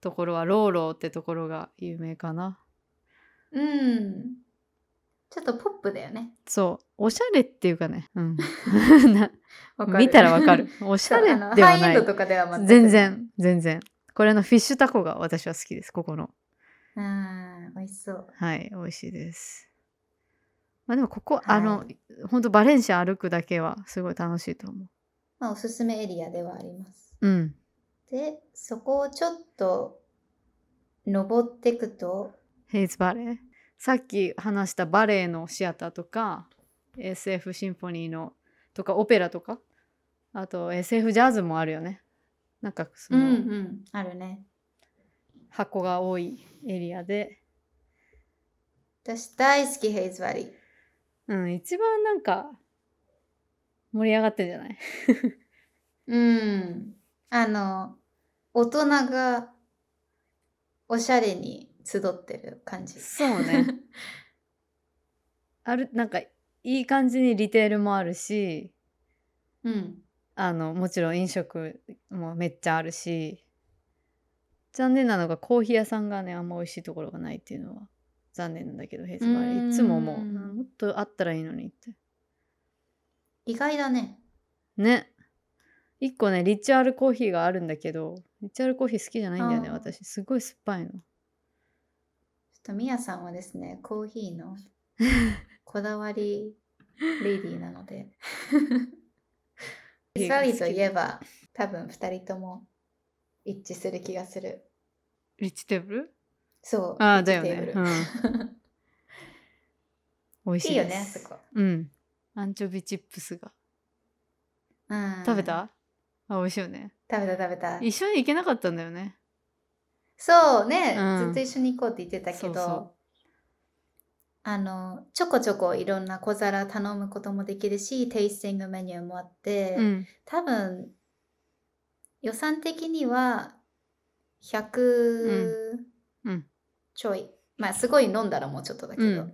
[SPEAKER 2] ところは、ローローってところが有名かな。
[SPEAKER 1] うんちょっとポップだよね
[SPEAKER 2] そう、おしゃれっていうかね、 うん。な
[SPEAKER 1] わかる
[SPEAKER 2] 見たらわかる。おしゃれ
[SPEAKER 1] そうあの
[SPEAKER 2] では
[SPEAKER 1] ハ
[SPEAKER 2] な
[SPEAKER 1] イエンド
[SPEAKER 2] い。
[SPEAKER 1] とかでは全く
[SPEAKER 2] 全然、全然。これのフィッシュタコが私は好きです、ここの。
[SPEAKER 1] うん美味しそう
[SPEAKER 2] はい、美味しいです。まあでもここ、あ
[SPEAKER 1] は
[SPEAKER 2] の、本当バレンシア歩くだけはすごい楽しいと思
[SPEAKER 1] まあ、おすすめエリアではあります。
[SPEAKER 2] う。うん。
[SPEAKER 1] で、そこをちょっと登っていくと、
[SPEAKER 2] ヘイズバレー。さっき話したバレエのシアターとか、SF シンフォニーのとか、オペラとか、あと SF ジャズもあるよね。なんかそ
[SPEAKER 1] うんう
[SPEAKER 2] の、
[SPEAKER 1] んあるね
[SPEAKER 2] 箱が多いエリアで、
[SPEAKER 1] 私大好きヘイズバリー
[SPEAKER 2] うん、一番なんか盛り上がってんじゃない
[SPEAKER 1] うんあの大人がおしゃれに集ってる感じ
[SPEAKER 2] そうね あるなんかいい感じにリテールもあるし
[SPEAKER 1] うん
[SPEAKER 2] あのもちろん飲食もめっちゃあるし残念なのがコーヒー屋さんがねあんま美味しいところがないっていうのは残念なんだけどヘイズバレ
[SPEAKER 1] うーん
[SPEAKER 2] ーいつももうもっとあったらいいのにって
[SPEAKER 1] 意外だね
[SPEAKER 2] ね一個ねリチュアルコーヒーがあるんだけどリチュアルコーヒー好きじゃないんだよね
[SPEAKER 1] あー
[SPEAKER 2] 私すごい酸っぱいの
[SPEAKER 1] ちょっとみやさんはですねコーヒー のこだわりレディーなの でリサリといえば多分2人とも一致する気がする
[SPEAKER 2] リッチテーブル
[SPEAKER 1] そう
[SPEAKER 2] ああ
[SPEAKER 1] リッ
[SPEAKER 2] だ
[SPEAKER 1] チ
[SPEAKER 2] よ
[SPEAKER 1] テーブル、
[SPEAKER 2] ねうん 美味し
[SPEAKER 1] い
[SPEAKER 2] いです
[SPEAKER 1] いよねあそこ、
[SPEAKER 2] うんアンチョビチップスが
[SPEAKER 1] うん、
[SPEAKER 2] 食べた、あ美味しいよね
[SPEAKER 1] 食べた食べた
[SPEAKER 2] 一緒に行けなかったんだよね
[SPEAKER 1] そうね、
[SPEAKER 2] うん
[SPEAKER 1] ずっと一緒に行こうって言ってたけど
[SPEAKER 2] そうそう
[SPEAKER 1] あのちょこちょこいろんな小皿頼むこともできるしテイスティングメニューもあって、
[SPEAKER 2] うん
[SPEAKER 1] 多分予算的には100
[SPEAKER 2] うん
[SPEAKER 1] ちょい、まあすごい飲んだらもうちょっとだけど、
[SPEAKER 2] うん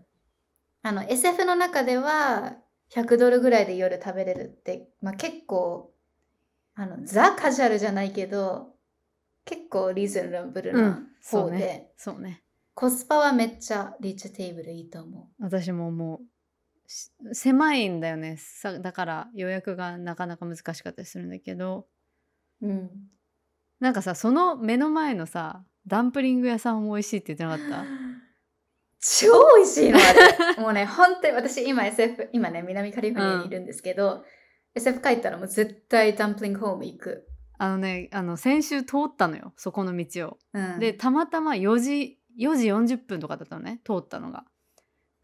[SPEAKER 1] あの SF の中では100ドルぐらいで夜食べれるって、まあ、結構あのザ・カジュアルじゃないけど結構リーズナブル
[SPEAKER 2] う
[SPEAKER 1] なん
[SPEAKER 2] そ
[SPEAKER 1] 方
[SPEAKER 2] う
[SPEAKER 1] で、
[SPEAKER 2] ねそうね
[SPEAKER 1] コスパはめっちゃリッチテーブルいいと思
[SPEAKER 2] 私ももうし狭いんだよねさだから予約がなかなか難しかったりするんだけど
[SPEAKER 1] う。うん、
[SPEAKER 2] なんかさその目の前のさダンプリング屋さんも美味しいって言ってなか っ
[SPEAKER 1] 超美味しいのあれもうね本当に私今 SF 今ね南カリフォルニアにいるんですけど、SF 帰ったらもう絶対ダンプリングホーム行く、
[SPEAKER 2] たあのねあの先週通ったのよそこの道を、
[SPEAKER 1] うん、
[SPEAKER 2] でたまたま4時4時40分とかだったのね通ったのが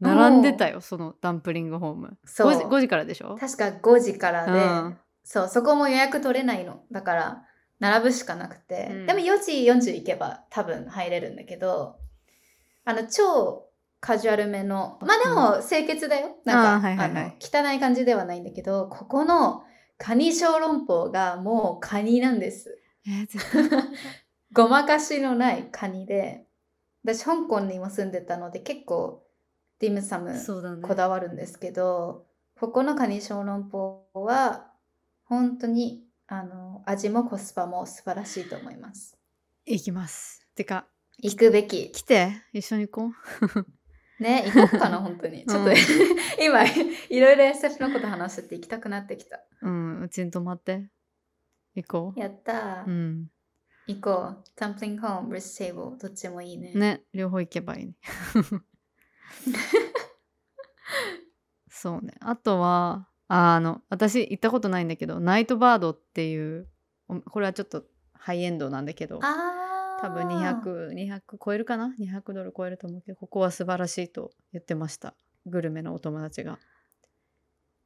[SPEAKER 2] 並んでたよそのダンプリングホーム
[SPEAKER 1] そう
[SPEAKER 2] 5, 時5時からでしょ
[SPEAKER 1] 確か5時からで、
[SPEAKER 2] うん
[SPEAKER 1] そうそこも予約取れないのだから並ぶしかなくて、
[SPEAKER 2] うん
[SPEAKER 1] でも4時40行けば多分入れるんだけどあの超カジュアルめのまあでも清潔だよ、な
[SPEAKER 2] あ
[SPEAKER 1] ん
[SPEAKER 2] ー
[SPEAKER 1] か
[SPEAKER 2] はいはいはい
[SPEAKER 1] あの汚い感じではないんだけどここのカニ小籠包がもうカニなんです
[SPEAKER 2] えー絶 対
[SPEAKER 1] ごまかしのないカニで私香港にも住んでたので結構ディムサム
[SPEAKER 2] そうだね
[SPEAKER 1] こだわるんですけど、ここのカニ小籠包は本当にあの味もコスパも素晴らしいと思います
[SPEAKER 2] 行きますてか
[SPEAKER 1] 行くべき
[SPEAKER 2] 来て一緒に行こう
[SPEAKER 1] ね行こうかな本当にちょっと、
[SPEAKER 2] うん
[SPEAKER 1] 今いろいろ SF のこと話してて行きたくなってきた
[SPEAKER 2] うん、うちに泊まって。行こう。
[SPEAKER 1] やったー、
[SPEAKER 2] うん。
[SPEAKER 1] 行こうタンプリングホームブリッジテーブルどっちもいいね
[SPEAKER 2] ね、両方行けばいいね。 そうね。あとは、ああの、私行ったことないんだけど、ナイトバードっていう、おこれはちょっとハイエンドなんだけど、
[SPEAKER 1] あー
[SPEAKER 2] 多分200、200超えるかな ?200 ドル超えると思うけど、ここは素晴らしいと言ってました。グルメのお友達が。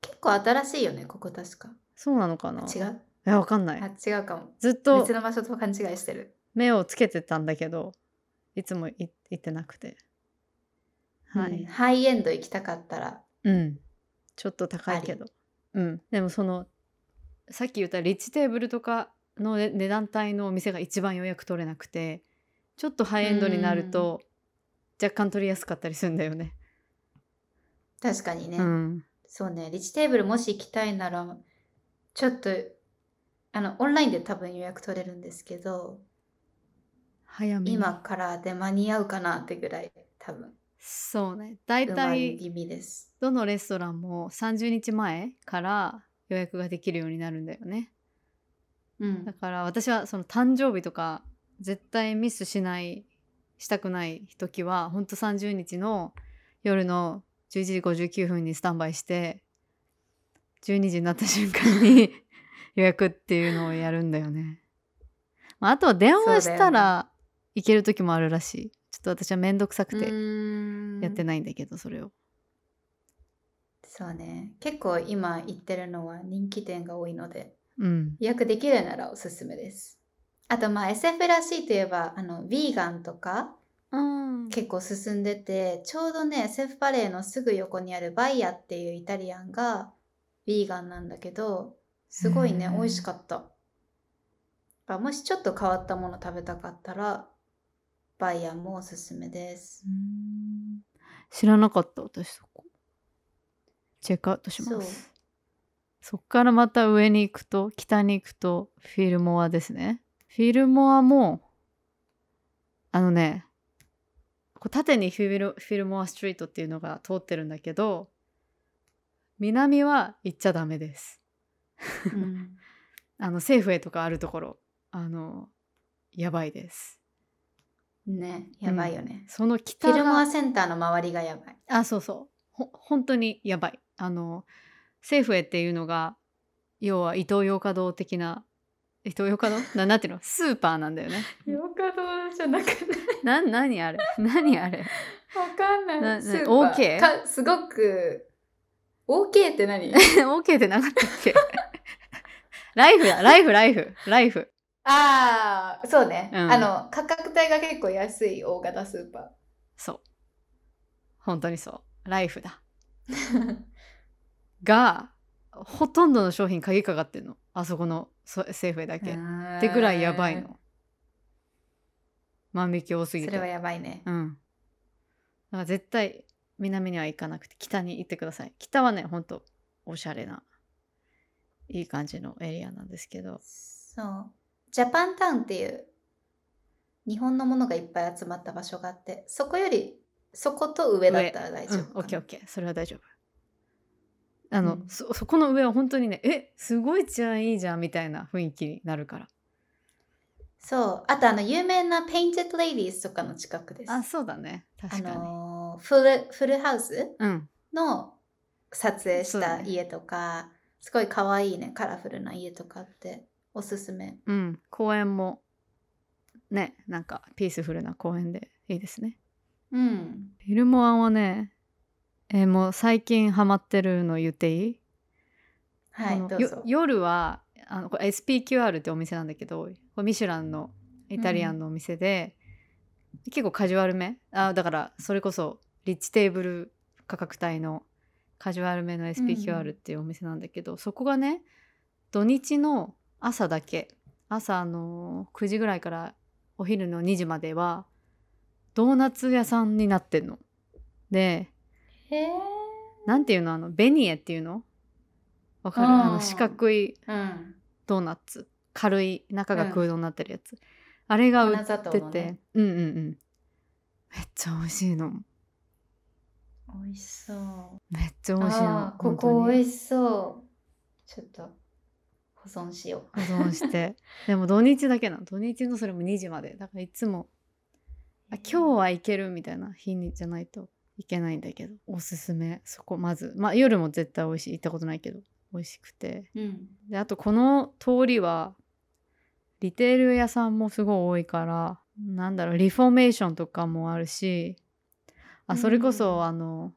[SPEAKER 1] 結構新しいよねここ確か
[SPEAKER 2] そうなのかな
[SPEAKER 1] 違う
[SPEAKER 2] いや、わかんな
[SPEAKER 1] あ
[SPEAKER 2] い。
[SPEAKER 1] 違うかも
[SPEAKER 2] ずっと
[SPEAKER 1] 別の場所と勘違いしてる
[SPEAKER 2] 目をつけてたんだけどいつもい行ってなくては
[SPEAKER 1] うん
[SPEAKER 2] い、
[SPEAKER 1] ハイエンド行きたかったら
[SPEAKER 2] うんちょっと高いけどうんでもそのさっき言ったリッチテーブルとかのね値段帯のお店が一番予約取れなくてちょっとハイエンドになると若干取りやすかったりするんだよね
[SPEAKER 1] 確かにね、
[SPEAKER 2] うん
[SPEAKER 1] そうね、リッチテーブルもし行きたいなら、ちょっと、あの、オンラインで多分予約取れるんですけど、
[SPEAKER 2] 早めに
[SPEAKER 1] 今からで間に合うかなってぐらい、多分、
[SPEAKER 2] そうね大
[SPEAKER 1] 埋まり
[SPEAKER 2] 体
[SPEAKER 1] 気味です。
[SPEAKER 2] どのレストランも30日前から予約ができるようになるんだよね
[SPEAKER 1] うん
[SPEAKER 2] だ。から私はその誕生日とか絶対ミスしないしたくない時はほんと30日の夜の11時59分にスタンバイして12時になった瞬間 に予約っていうのをやるんだよね。まあ、あとは電話
[SPEAKER 1] そう
[SPEAKER 2] し
[SPEAKER 1] だ
[SPEAKER 2] た
[SPEAKER 1] よね
[SPEAKER 2] ら行ける時もあるらしい。ちょっと私は面倒くさく
[SPEAKER 1] う
[SPEAKER 2] て
[SPEAKER 1] ーん
[SPEAKER 2] やってないんだけどそれを。
[SPEAKER 1] そうね。結構今行ってるのは人気店が多いので、
[SPEAKER 2] うん。
[SPEAKER 1] 予約できるならおすすめです。あとまあ SF らしいといえばあのヴィーガンとか
[SPEAKER 2] うん
[SPEAKER 1] 結構進んでてちょうどね SF バレーのすぐ横にあるバイヤっていうイタリアンがヴィーガンなんだけどすごいね
[SPEAKER 2] へー
[SPEAKER 1] 美味しかったあもしちょっと変わったもの食べたかったらバイヤもおすすめです
[SPEAKER 2] うん知らなかった私そこチェックアウトし
[SPEAKER 1] そ
[SPEAKER 2] ま
[SPEAKER 1] う
[SPEAKER 2] すそっからまた上に行くと北に行くとフィルモアですねフィルモアもあのねこう縦にフィルフィルモアストリートっていうのが通ってるんだけど南は行っちゃダメです
[SPEAKER 1] うん
[SPEAKER 2] あのセーフウェイとかあるところあのやばいです
[SPEAKER 1] ねやばいよね、
[SPEAKER 2] その北
[SPEAKER 1] フ
[SPEAKER 2] が
[SPEAKER 1] ィルモアセンターの周りがやばい
[SPEAKER 2] あそうそうほ本当にやばいあのセーフウェイっていうのが要はイトーヨーカドー的なイトーヨーカドー ななんていうのスーパーなんだよね
[SPEAKER 1] よかどじゃなくない
[SPEAKER 2] な何 あれ何あれ
[SPEAKER 1] わかんない。
[SPEAKER 2] なな
[SPEAKER 1] スーパー
[SPEAKER 2] OK？
[SPEAKER 1] かすごく OK って何
[SPEAKER 2] OK ってなかったっけ ライフだライフライフライフ
[SPEAKER 1] ああそうね、
[SPEAKER 2] うん
[SPEAKER 1] あの価格帯が結構安い大型スーパ
[SPEAKER 2] そう本当にそうライフだ
[SPEAKER 1] ー。
[SPEAKER 2] がほとんどの商品鍵かかってんのあそこのそセーフウェイだけ ってぐらいやばいの万引き多す
[SPEAKER 1] そ
[SPEAKER 2] ぎて
[SPEAKER 1] れはやばいね。
[SPEAKER 2] うん。だから絶対南には行かなくて北に行ってください。北はね、ほんとおしゃれな、いい感じのエリアなんですけど。
[SPEAKER 1] そう。ジャパンタウンっていう日本のものがいっぱい集まった場所があってそこよりそこと上だったら大
[SPEAKER 2] う
[SPEAKER 1] 丈
[SPEAKER 2] ん
[SPEAKER 1] 夫、かな
[SPEAKER 2] オッケーオッケー。それは大丈夫。あの、
[SPEAKER 1] うん
[SPEAKER 2] そ、そこの上は本当にね、え、すごい治安いいじゃんみたいな雰囲気になるから。
[SPEAKER 1] そうあとあの有名なペインテッド・レイディースとかの近くです。
[SPEAKER 2] あ、そうだね。確か
[SPEAKER 1] あ
[SPEAKER 2] に。
[SPEAKER 1] のーフルフルハウス
[SPEAKER 2] うん。
[SPEAKER 1] の撮影し
[SPEAKER 2] そうだ
[SPEAKER 1] た
[SPEAKER 2] ね
[SPEAKER 1] 家とか、すごい可愛いねカラフルな家とかあっておすすめ
[SPEAKER 2] うん。公園も、ね、なんかピースフルな公園でいいですね。
[SPEAKER 1] うん
[SPEAKER 2] フィルモアはね、えーもう最近ハマってるの言っていい
[SPEAKER 1] はい
[SPEAKER 2] この
[SPEAKER 1] どう
[SPEAKER 2] よ
[SPEAKER 1] ぞ
[SPEAKER 2] 夜はあのこれ SPQR ってお店なんだけどこれミシュランのイタリアンのお店で、結構カジュアルめあだからそれこそリッチテーブル価格帯のカジュアルめの
[SPEAKER 1] うん
[SPEAKER 2] SPQR っていうお店なんだけど、そこがね土日の朝だけ朝あの9時ぐらいからお昼の2時まではドーナツ屋さんになってんの。で
[SPEAKER 1] へえ
[SPEAKER 2] なんていうのあのベニエっていうのわかる
[SPEAKER 1] あー
[SPEAKER 2] あの四角い
[SPEAKER 1] うん
[SPEAKER 2] ドーナツ軽い中が空洞になってるやつ、あれが売
[SPEAKER 1] 粉
[SPEAKER 2] っ
[SPEAKER 1] 砂糖
[SPEAKER 2] てて、
[SPEAKER 1] のね
[SPEAKER 2] うんうんうんめっちゃ美味しいの
[SPEAKER 1] 美味しそう
[SPEAKER 2] めっちゃ美味しいの
[SPEAKER 1] あーここ美
[SPEAKER 2] 味しい
[SPEAKER 1] 味しそうちょっと保存しよ
[SPEAKER 2] 保存して でも土日だけなの土日のそれも2時までだからいつも
[SPEAKER 1] う
[SPEAKER 2] あ今日は行けるみたいな日にじゃないといけないんだけどおすすめそこまずまあ夜も絶対美味しい行ったことないけど美味しくて
[SPEAKER 1] うん
[SPEAKER 2] であとこの通りはリテール屋さんもすごい多いからなんだろうリフォーメーションとかもあるしあそれこ
[SPEAKER 1] う
[SPEAKER 2] そ
[SPEAKER 1] ん
[SPEAKER 2] あの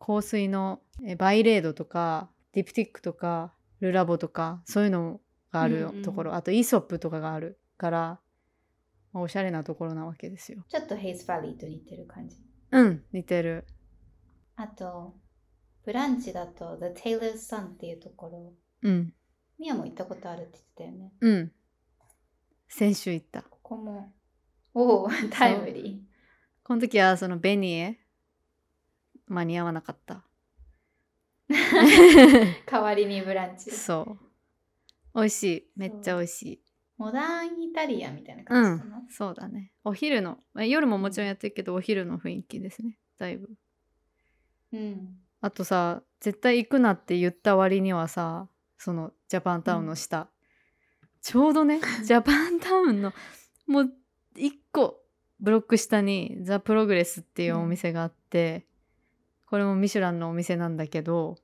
[SPEAKER 2] 香水のえバイレードとかディプティックとかルラボとかそういうのがあ
[SPEAKER 1] うんうん
[SPEAKER 2] るところ、あとイソップとかがあるから、まあおしゃれなところなわけですよ。
[SPEAKER 1] ちょっとヘイズバリーと似てる感じ
[SPEAKER 2] うん似てる。
[SPEAKER 1] あとブランチだと The Taylor's Son っていうところ
[SPEAKER 2] うん
[SPEAKER 1] ミヤも行ったことあるって言ってたよね
[SPEAKER 2] うん。先週行った。
[SPEAKER 1] ここもおおタイムリ
[SPEAKER 2] この時はそのベニエ間に合わなかった。
[SPEAKER 1] ー代わりにブランチ
[SPEAKER 2] そう。美味しい。めっちゃ美味しい。
[SPEAKER 1] モダンイタリアンみたいな
[SPEAKER 2] う
[SPEAKER 1] 感じかな、
[SPEAKER 2] ん。そうだね。お昼の、まあ夜ももちろんやってるけど、お昼の雰囲気ですね。だいぶ。
[SPEAKER 1] うん、
[SPEAKER 2] あとさ、絶対行くなって言った割にはさ、そのジャパンタウンの下。ちょう どね、ジャパンタウンのもう一個ブロック下にザ・プログレスっていうお店があって、これもミシュランのお店なんだけど、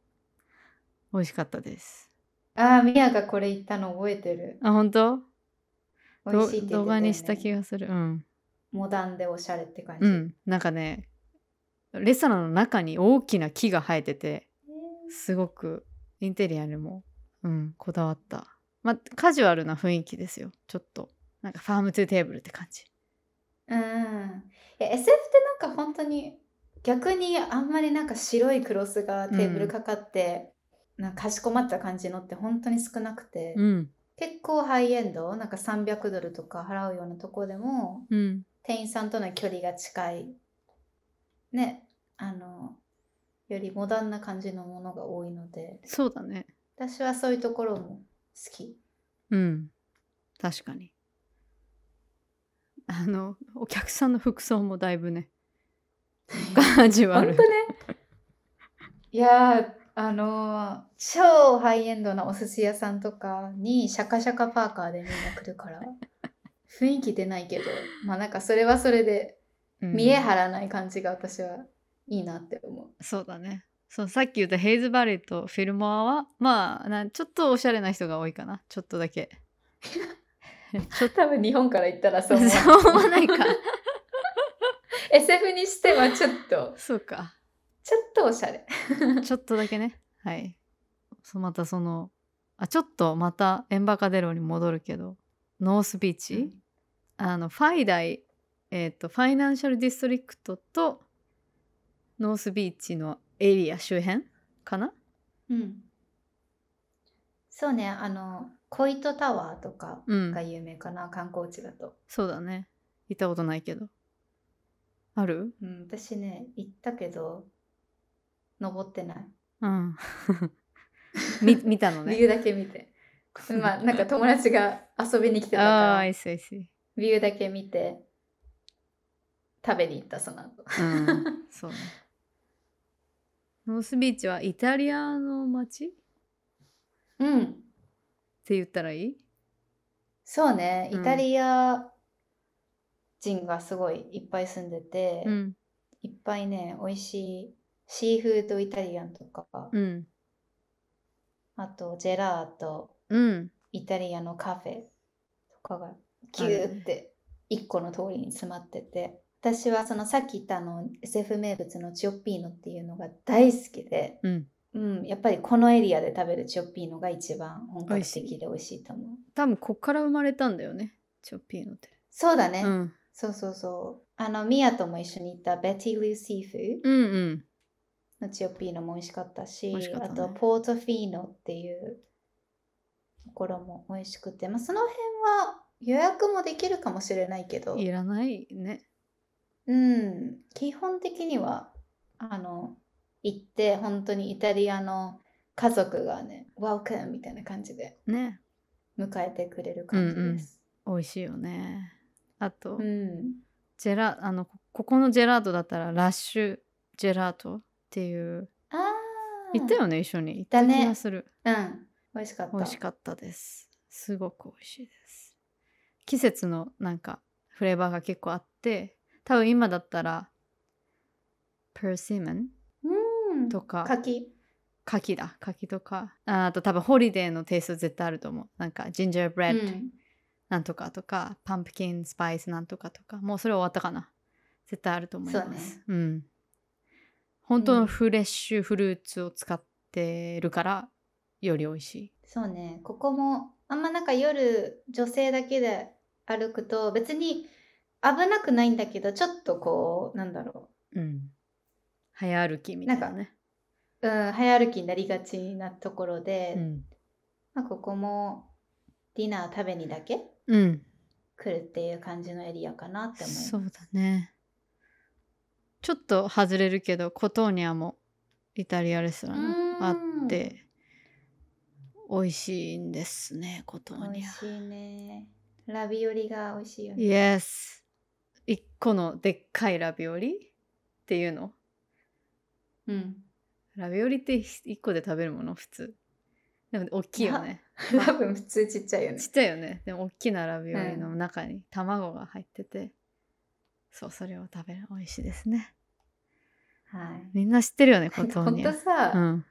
[SPEAKER 2] 美味しかったです。
[SPEAKER 1] ああミヤがこれ言ったの覚えてる
[SPEAKER 2] あ、本当
[SPEAKER 1] 美味しいって言ってたよ、ね、
[SPEAKER 2] 動画にした気がする。うん。
[SPEAKER 1] モダンでおしゃれって感じ、
[SPEAKER 2] うん、なんかねレストランの中に大きな木が生えてて
[SPEAKER 1] えー
[SPEAKER 2] すごくインテリアにも、うん、こだわったまあ、カジュアルな雰囲気ですよちょっとなんかファームトゥーテーブルって感じ
[SPEAKER 1] うんいや SF ってなんか本当に逆にあんまりなんか白いクロスがテーブルかかって、なんかかしこまった感じのって本当に少なくて、
[SPEAKER 2] うん
[SPEAKER 1] 結構ハイエンドなんか300ドルとか払うようなとこでも
[SPEAKER 2] うん
[SPEAKER 1] 店員さんとの距離が近いねあのよりモダンな感じのものが多いので
[SPEAKER 2] そうだね
[SPEAKER 1] 私はそういうところも好き
[SPEAKER 2] うん確かにあのお客さんの服装もだい ぶねカジュア
[SPEAKER 1] 本当
[SPEAKER 2] ル
[SPEAKER 1] ねいやーあのー超ハイエンドなお寿司屋さんとかにシャカシャカパーカーでみんな来るから 雰囲気出ないけどまあなんかそれはそれで
[SPEAKER 2] うん
[SPEAKER 1] 見え張らない感じが私はいいなって思
[SPEAKER 2] そうだねそうさっき言ったヘイズバレーとフィルモアはまあなちょっとおしゃれな人が多いかなちょっとだけ
[SPEAKER 1] う多分日本から行ったらそ
[SPEAKER 2] そ
[SPEAKER 1] う
[SPEAKER 2] う
[SPEAKER 1] 思う
[SPEAKER 2] 思わないか
[SPEAKER 1] SF にしてはちょっと
[SPEAKER 2] そうか
[SPEAKER 1] ちょっとおしゃれ
[SPEAKER 2] ちょっとだけねはいそうまたそのあちょっとまたエンバカデロに戻るけどノースビーチ、あのファイダイ、えー、とファイナンシャルディストリクトとノースビーチのエリア周辺かな
[SPEAKER 1] うんそうねあのコイトタワーとか
[SPEAKER 2] うん
[SPEAKER 1] が有名かな、観光地だと
[SPEAKER 2] そうだね行ったことないけどある
[SPEAKER 1] うん、私ね、行ったけど、登ってない。
[SPEAKER 2] うん 見見たの
[SPEAKER 1] ビ
[SPEAKER 2] ね
[SPEAKER 1] ューだけ見て。 まあ、なんか友達が遊びに来てたか
[SPEAKER 2] あ
[SPEAKER 1] ら、
[SPEAKER 2] あ I see I see
[SPEAKER 1] ビューだけ見て、食べに行った、その後。
[SPEAKER 2] うんそうねノースビーチはイタリアの街っ
[SPEAKER 1] うん、
[SPEAKER 2] て言ったらいい
[SPEAKER 1] そうね、
[SPEAKER 2] う
[SPEAKER 1] イ
[SPEAKER 2] ん
[SPEAKER 1] タリア人がすごいいっぱい住んでて、
[SPEAKER 2] うん
[SPEAKER 1] いっぱいね、美味しいシーフードイタリアンとか、
[SPEAKER 2] うん
[SPEAKER 1] あとジェラート、
[SPEAKER 2] うん
[SPEAKER 1] イタリアのカフェとかがギ
[SPEAKER 2] あるね
[SPEAKER 1] ューって一個の通りに詰まってて私はそのさっき言ったあの SF 名物のチオッピーノっていうのが大好きで、
[SPEAKER 2] うん
[SPEAKER 1] うん、やっぱりこのエリアで食べるチオッピーノが一番本
[SPEAKER 2] 美
[SPEAKER 1] 格
[SPEAKER 2] 味しい
[SPEAKER 1] 的で美味しいと思う
[SPEAKER 2] 多分こっから生まれたんだよねチョッピーノって
[SPEAKER 1] そうだね、
[SPEAKER 2] うん
[SPEAKER 1] そうそうそうあのミヤとも一緒に行ったベティ・ルー・シーフー
[SPEAKER 2] うんうん
[SPEAKER 1] のチオッピーノも美味しかったし
[SPEAKER 2] 美味しかったね
[SPEAKER 1] あとポートフィーノっていうところも美味しくて、まあ、その辺は予約もできるかもしれないけど
[SPEAKER 2] いらないね。
[SPEAKER 1] うん、基本的にはあの行って本当にイタリアの家族がね「Welcome」みたいな感じで
[SPEAKER 2] ね。
[SPEAKER 1] 迎えてくれる感じです。
[SPEAKER 2] 美味しいよね。あと、
[SPEAKER 1] うん、
[SPEAKER 2] ジェラあのこここのジェラートだったらラッシュジェラートっていう
[SPEAKER 1] あー
[SPEAKER 2] 行ったよね一緒に行っ
[SPEAKER 1] だ
[SPEAKER 2] た
[SPEAKER 1] ね
[SPEAKER 2] 気がする。
[SPEAKER 1] うん、美味しかった。
[SPEAKER 2] 美味しかったです。すごく美味しいです。季節のなんかフレーバーが結構あって、多分今だったらパーシモン
[SPEAKER 1] うん、
[SPEAKER 2] とか
[SPEAKER 1] 柿。
[SPEAKER 2] 柿だ柿とかああと多分ホリデーのテイスト絶対あると思うなんかジンジャーブレ
[SPEAKER 1] う
[SPEAKER 2] ッド、
[SPEAKER 1] ん、
[SPEAKER 2] なんとかとか、パンプキンスパイスなんとかとか、もうそれ終わったかな。絶対あると思い
[SPEAKER 1] そう
[SPEAKER 2] ま
[SPEAKER 1] ね
[SPEAKER 2] す。うん。本当のフレッシュフルーツを使ってるから、より美味しい。
[SPEAKER 1] そうね、ここもあんまなんか夜女性だけで歩くと別に危なくないんだけどちょっとこうなんだろ
[SPEAKER 2] うん。早歩きみたいなね。
[SPEAKER 1] う、うん、早歩きになりがちなところで
[SPEAKER 2] う、ん。
[SPEAKER 1] まあ、ここもディナー食べにだけ
[SPEAKER 2] うん。
[SPEAKER 1] 来るっていう感じのエリアかなって思います。
[SPEAKER 2] そうだね。ちょっと外れるけど、コトーニャもイタリアレストランあ
[SPEAKER 1] うん
[SPEAKER 2] って、美味しいんですね、コトー
[SPEAKER 1] 美味
[SPEAKER 2] ニャ。
[SPEAKER 1] しいね。ラビオリが美味しいよね。
[SPEAKER 2] Yes 一個のでっかいラビオリっていうの
[SPEAKER 1] うん。
[SPEAKER 2] ラビオリってひ一個で食べるもの普通でも大きいよね
[SPEAKER 1] 多分普通ちっちゃいよね
[SPEAKER 2] ち。っちゃいよねでも大きなラビオリの中に卵が入ってて、そうそれを食べる美味しいですね
[SPEAKER 1] はい。
[SPEAKER 2] みんな知ってるよねコ
[SPEAKER 1] なん
[SPEAKER 2] ト
[SPEAKER 1] か
[SPEAKER 2] ー
[SPEAKER 1] 本
[SPEAKER 2] ニ
[SPEAKER 1] 当
[SPEAKER 2] ャ
[SPEAKER 1] さ、
[SPEAKER 2] うん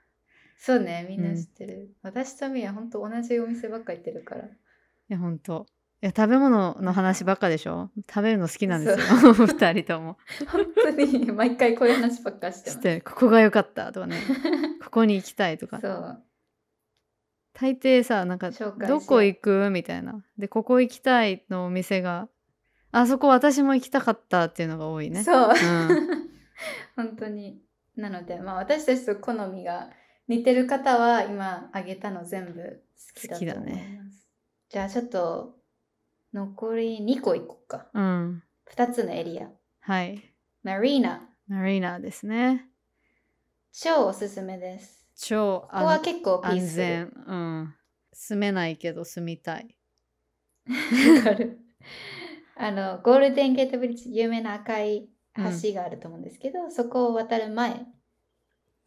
[SPEAKER 1] そうね、みんな知ってる。私とミヤ本当同じお店ばっか行ってるから。
[SPEAKER 2] いや本当いや食べ物の話ばっかでしょ食べるの好きなんです
[SPEAKER 1] そ
[SPEAKER 2] よ 二人 とも
[SPEAKER 1] 本当に毎回こういう話ばっかして
[SPEAKER 2] 知っ
[SPEAKER 1] ま
[SPEAKER 2] てるここが良かったとかねここに行きたいとか
[SPEAKER 1] す。そう。
[SPEAKER 2] 大抵さなんか
[SPEAKER 1] 紹介し
[SPEAKER 2] どこ行くみたいなでここ行きたいのお店があそこ私も行きたかったっていうのが多いね
[SPEAKER 1] そう、
[SPEAKER 2] ん
[SPEAKER 1] 本当になので、まあ、私たちと好みが似てる方は今あげたの全部好きだと思います、
[SPEAKER 2] 好きだね
[SPEAKER 1] じゃあちょっと残り2個行こうか
[SPEAKER 2] うん
[SPEAKER 1] 2つのエリア
[SPEAKER 2] はい
[SPEAKER 1] マリーナ
[SPEAKER 2] マリーナですね
[SPEAKER 1] 超おすすめです
[SPEAKER 2] 超
[SPEAKER 1] ここは
[SPEAKER 2] 安
[SPEAKER 1] 結構ピー
[SPEAKER 2] 安
[SPEAKER 1] スフル
[SPEAKER 2] 全うん住めないけど住みたい
[SPEAKER 1] わかるあのゴールデンゲートブリッジ有名な赤い橋があると思うんですけど、そこを渡る前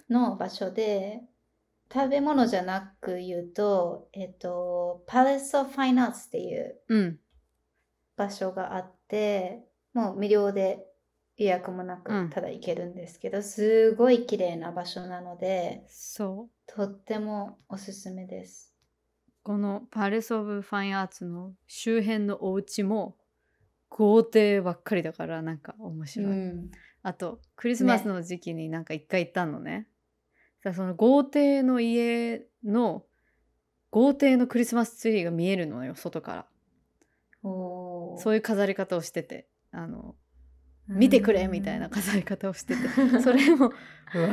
[SPEAKER 1] の場所で食べ物じゃなく言うと、えっと、パレス・オブ・ファイン・アーツっていう
[SPEAKER 2] うん
[SPEAKER 1] 場所があってもう無料で予約もな
[SPEAKER 2] う
[SPEAKER 1] く
[SPEAKER 2] ん
[SPEAKER 1] ただ行けるんですけど、すごい綺麗な場所なので
[SPEAKER 2] そう
[SPEAKER 1] とってもおすすめです。
[SPEAKER 2] このパレス・オブ・ファイン・アーツの周辺のお家も豪邸ばっかりだからなんか面白い、
[SPEAKER 1] うん
[SPEAKER 2] あとクリスマスの時期になんか一回行ったのねだからその豪邸の家の豪邸のクリスマスツリーが見えるのよ外から
[SPEAKER 1] おー
[SPEAKER 2] そういう飾り方をしててあの見てくれみたいな飾り方をしててそれも うわ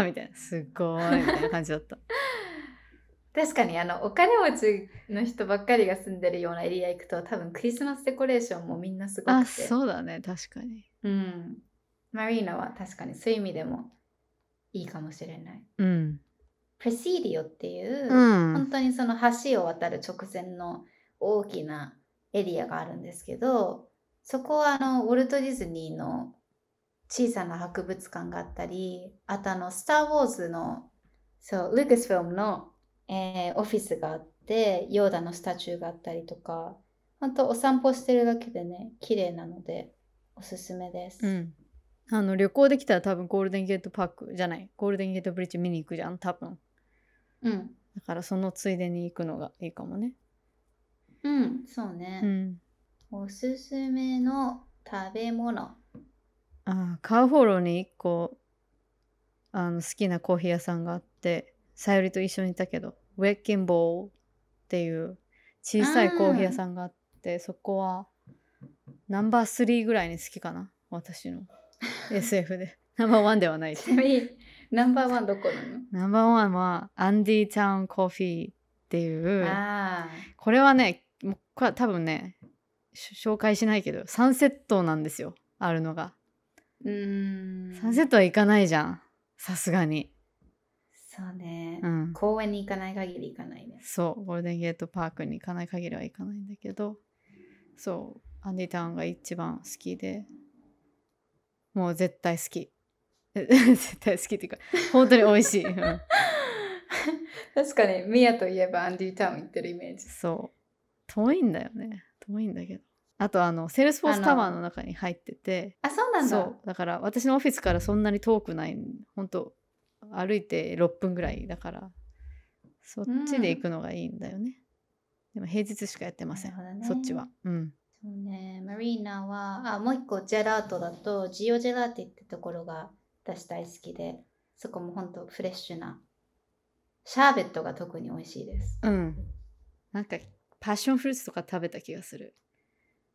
[SPEAKER 2] ーみたいなすごいみたいな感じだった
[SPEAKER 1] 確かにあのお金持ちの人ばっかりが住んでるようなエリア行くと多分クリスマスデコレーションもみんなすごくて
[SPEAKER 2] あそうだね確かに
[SPEAKER 1] うん、マリーナは確かにそういう意味でもいいかもしれない
[SPEAKER 2] うん
[SPEAKER 1] プレシーディオっていう、
[SPEAKER 2] うん
[SPEAKER 1] 本当にその橋を渡る直前の大きなエリアがあるんですけどそこはあのウォルト・ディズニーの小さな博物館があったりあとあの「スター・ウォーズの」そうルーカスフィルムの、えーオフィスがあってヨーダのスタチューがあったりとか本当お散歩してるだけでね綺麗なのでおすすめです。
[SPEAKER 2] うん、あの旅行できたら多分ゴールデンゲートパークじゃないゴールデンゲートブリッジ見に行くじゃん多分
[SPEAKER 1] うん、
[SPEAKER 2] だからそのついでに行くのがいいかもね
[SPEAKER 1] うん、そうね、
[SPEAKER 2] うん
[SPEAKER 1] おすすめの食べ物。
[SPEAKER 2] あーカウフォローに1個あの好きなコーヒー屋さんがあってさゆりと一緒にいたけどウェッキンボーっていう小さいコーヒー屋さんがあってそこはナンバー3ぐらいに好きかな 私の SF でナンバー1ではない
[SPEAKER 1] ちなみにナンバーワンどこなの
[SPEAKER 2] ナンバーワンはアンディタウンコーヒーっていう
[SPEAKER 1] あ
[SPEAKER 2] これはねもうこれは多分ねし紹介しないけどサンセットなんですよあるのが
[SPEAKER 1] ーうーん
[SPEAKER 2] サンセットは行かないじゃんさすがに
[SPEAKER 1] そうね、
[SPEAKER 2] うん
[SPEAKER 1] 公園に行かない限り行かないね
[SPEAKER 2] そうゴールデンゲートパークに行かない限りは行かないんだけどそうアンディタウンが一番好きでもう絶対好き え絶対好きっていうか本当に美味しい、うん
[SPEAKER 1] 確かにミヤといえばアンディタウン行ってるイメージ
[SPEAKER 2] そう遠いんだよね遠いんだけどあとあのセールスフォースタワーの中に入ってて
[SPEAKER 1] あそうなんだ
[SPEAKER 2] そうだから私のオフィスからそんなに遠くない本当歩いて6分ぐらいだからそっちで行くのがいいんだよね、でも平日しかやってません、
[SPEAKER 1] なるほどね
[SPEAKER 2] そっちはうん
[SPEAKER 1] そうねマリーナはあもう一個ジェラートだとジオジェラーティってところが私大好きでそこもほんとフレッシュなシャーベットが特に美味しいです
[SPEAKER 2] うんなんかパッションフルーツとか食べた気がする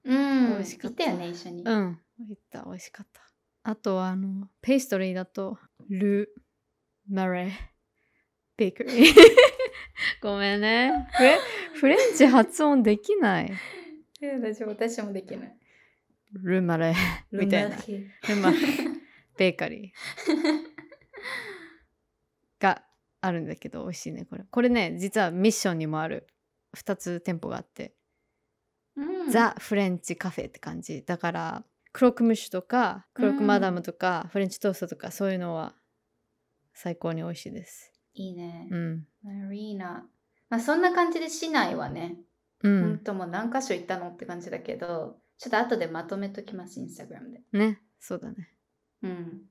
[SPEAKER 1] うん
[SPEAKER 2] 美味しか
[SPEAKER 1] 行
[SPEAKER 2] っ
[SPEAKER 1] ったたよね一緒に、
[SPEAKER 2] うん行った美味しかったあとはあのペーストリーだとル・マレー・ベーカリー ごめんねフレフレンチ発音できない
[SPEAKER 1] え大丈夫私もできない
[SPEAKER 2] ル・マレーみたいなル・マレーベーカリ ーがあるんだけど美味しいねこれこれね実はミッションにもある2つ店舗があって、
[SPEAKER 1] うん、
[SPEAKER 2] ザ・フレンチカフェって感じだからクロックムッシュとかクロックマダムとか、フレンチトーストとかそういうのは最高に美味しいです
[SPEAKER 1] いいね
[SPEAKER 2] う、ん
[SPEAKER 1] マリーナまあそんな感じで市内はね、
[SPEAKER 2] う
[SPEAKER 1] ほん、
[SPEAKER 2] ん、
[SPEAKER 1] ともう何箇所行ったのって感じだけどちょっと後でまとめときますインスタグラムで
[SPEAKER 2] ねそうだね
[SPEAKER 1] うん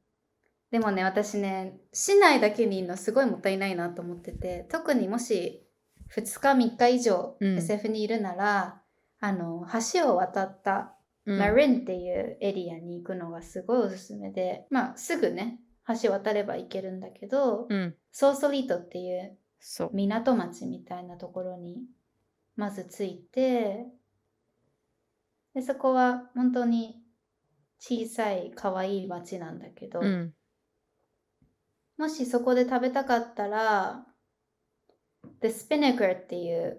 [SPEAKER 1] でもね私ね市内だけにいるのすごいもったいないなと思ってて特にもし2日3日以上
[SPEAKER 2] うん
[SPEAKER 1] SF にいるなら、あの橋を渡った
[SPEAKER 2] うん
[SPEAKER 1] マリンっていうエリアに行くのがすごいおすすめで、まあすぐね橋渡れば行けるんだけど、
[SPEAKER 2] うん
[SPEAKER 1] ソーソリートっていう
[SPEAKER 2] そう
[SPEAKER 1] 港町みたいなところにまず着いてでそこは本当に小さい可愛い町なんだけど、
[SPEAKER 2] うん
[SPEAKER 1] もしそこで食べたかったら The Spinnaker っていう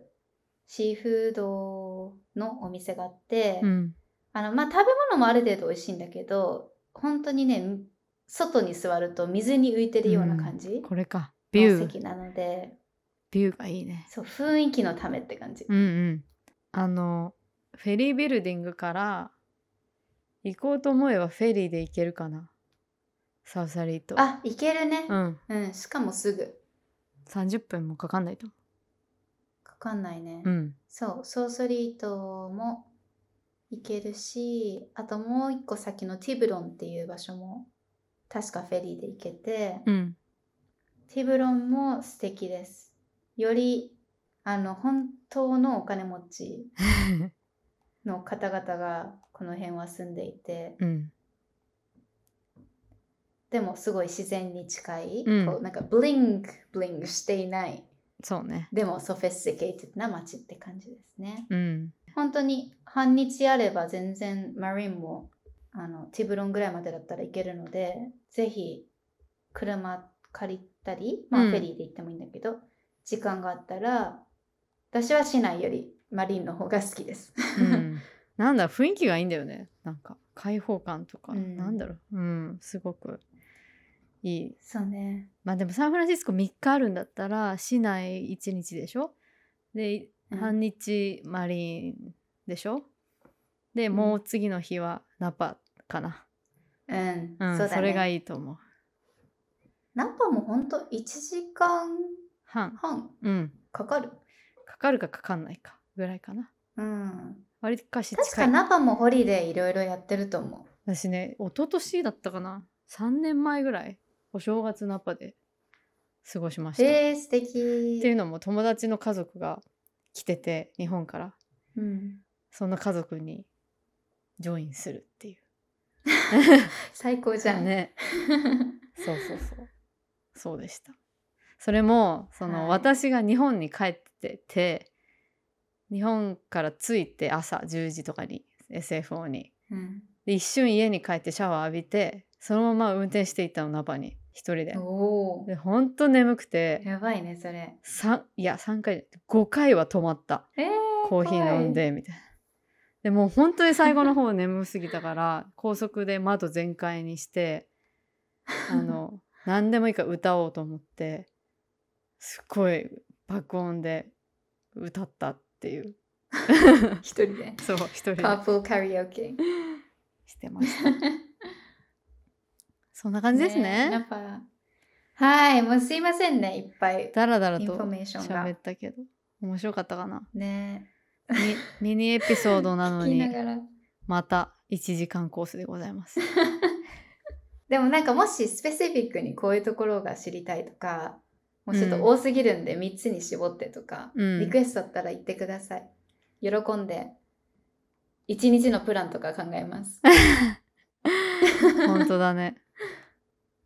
[SPEAKER 1] シーフードのお店があって、
[SPEAKER 2] うん
[SPEAKER 1] あのまあ、食べ物もある程度美味しいんだけど本当にね外に座ると水に浮いてるような感じ、
[SPEAKER 2] これかビ
[SPEAKER 1] の
[SPEAKER 2] ュー
[SPEAKER 1] 席なので
[SPEAKER 2] ビューがいいね
[SPEAKER 1] そう雰囲気のためって感じ、
[SPEAKER 2] うんうんあのフェリービルディングから行こうと思えばフェリーで行けるかなサウサリーと
[SPEAKER 1] あ行けるね
[SPEAKER 2] う、ん
[SPEAKER 1] うんしかもすぐ
[SPEAKER 2] 30分もかかんないと思
[SPEAKER 1] かかんないね、
[SPEAKER 2] ううん
[SPEAKER 1] そうソーソリートも行けるしあともう一個先のティブロンっていう場所も確かフェリーで行けて、
[SPEAKER 2] うん
[SPEAKER 1] ティブロンも素敵ですよりあの本当のお金持ちの方々がこの辺は住んでいて
[SPEAKER 2] うん
[SPEAKER 1] でもすごい自然に近い、
[SPEAKER 2] うん
[SPEAKER 1] こうなんかブリンクブリンクしていない
[SPEAKER 2] そうね
[SPEAKER 1] でもソフェスティケイティブな街って感じですね
[SPEAKER 2] うん
[SPEAKER 1] 本当に半日あれば全然マリンもあのティブロンぐらいまでだったら行けるのでぜひ車借りたり、まあ、
[SPEAKER 2] うん
[SPEAKER 1] フェリーで行ってもいいんだけど、時間があったら私は市内よりマリンの方が好きです。
[SPEAKER 2] うんなんだ雰囲気がいいんだよねなんか開放感とか、
[SPEAKER 1] うん
[SPEAKER 2] なんだろううんすごくいい
[SPEAKER 1] そうね、
[SPEAKER 2] まあでもサンフランシスコ3日あるんだったら市内1日でしょで
[SPEAKER 1] うん
[SPEAKER 2] 半日マリンでしょで
[SPEAKER 1] ん
[SPEAKER 2] もう次の日はナパかな、
[SPEAKER 1] うん、
[SPEAKER 2] うん
[SPEAKER 1] そ
[SPEAKER 2] そう
[SPEAKER 1] だね。
[SPEAKER 2] れがいいと思う
[SPEAKER 1] ナパも本当1時間
[SPEAKER 2] 半
[SPEAKER 1] 半
[SPEAKER 2] うん
[SPEAKER 1] かかる。
[SPEAKER 2] かかるかかかんないかぐらいかな
[SPEAKER 1] うん、
[SPEAKER 2] 割かし
[SPEAKER 1] 確
[SPEAKER 2] 近
[SPEAKER 1] か
[SPEAKER 2] い
[SPEAKER 1] ナパもホリデーいろいろやってると思
[SPEAKER 2] 私ね一昨年だったかな3年前ぐらいお正月ナパで過ごしまし
[SPEAKER 1] う。
[SPEAKER 2] た、
[SPEAKER 1] えー、素敵
[SPEAKER 2] っていうのも友達の家族が来てて日本から
[SPEAKER 1] うん、
[SPEAKER 2] その家族にジョインするっていう
[SPEAKER 1] 最高じゃん。
[SPEAKER 2] ねそうそうそうそうでしたそれもその、
[SPEAKER 1] はい
[SPEAKER 2] 私が日本に帰ってて日本から着いて朝10時とかに SFO に
[SPEAKER 1] うん
[SPEAKER 2] で一瞬家に帰ってシャワー浴びてそのまま運転していったのナパに一人で
[SPEAKER 1] おお
[SPEAKER 2] でほんと眠くて
[SPEAKER 1] やばいねそれ
[SPEAKER 2] 3いや3回5回は止まった
[SPEAKER 1] えー、
[SPEAKER 2] コーヒー飲んでみたいな。でもう本当に最後の方眠すぎたから高速で窓全開にしてあの 何でもいいから歌おうと思ってすっごい爆音で歌ったっていう
[SPEAKER 1] 一人で
[SPEAKER 2] そう一人で
[SPEAKER 1] パープルカリオケ
[SPEAKER 2] して ました。そんな感じです
[SPEAKER 1] やっ
[SPEAKER 2] ね。
[SPEAKER 1] ぱはいもうすいませんねいっぱい
[SPEAKER 2] だらだら
[SPEAKER 1] インフ
[SPEAKER 2] と
[SPEAKER 1] ォメーションが
[SPEAKER 2] 喋ったけど面白かったかな。
[SPEAKER 1] ね
[SPEAKER 2] ミ ミニエピソードなの
[SPEAKER 1] 聞きな
[SPEAKER 2] に
[SPEAKER 1] がら
[SPEAKER 2] また1時間コースでございます。
[SPEAKER 1] でもなんかもしスペシフィックにこういうところが知りたいとかもうちょっ
[SPEAKER 2] うん
[SPEAKER 1] と多すぎるんで3つに絞ってとか、
[SPEAKER 2] うん
[SPEAKER 1] リクエストあったら言ってください喜んで一日のプランとか考えます
[SPEAKER 2] 本当だね。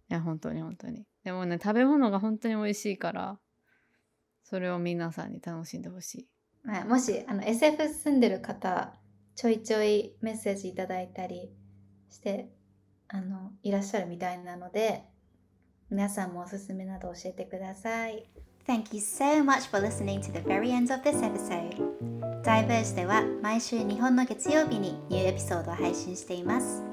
[SPEAKER 2] いや、本当に本当に。でもね、食べ物が本当に美味しいから、それを皆さんに楽しんでほしい。
[SPEAKER 1] はい、もしあの SF 住んでる方ちょいちょいメッセージいただいたりしてあのいらっしゃるみたいなので皆さんもおすすめなど教えてください。
[SPEAKER 3] Thank you so much for listening to the very end of this episode. Diverge では毎週日本の月曜日にニューエピソードを配信しています。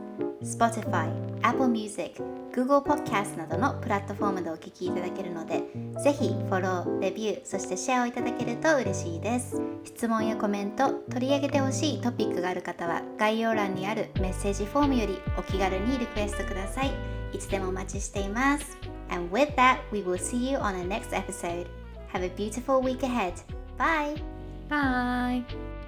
[SPEAKER 3] Spotify、Apple Music、Google Podcast などのプラットフォームでお聞きいただけるので、ぜひフォロー、レビュー、そしてシェアをいただけると嬉しいです。質問やコメント、取り上げてほしいトピックがある方は、概要欄にあるメッセージフォームよりお気軽にリクエストください。いつでもお待ちしています。And with that, we will see you on the next episode. Have a beautiful week ahead. Bye!
[SPEAKER 2] バイ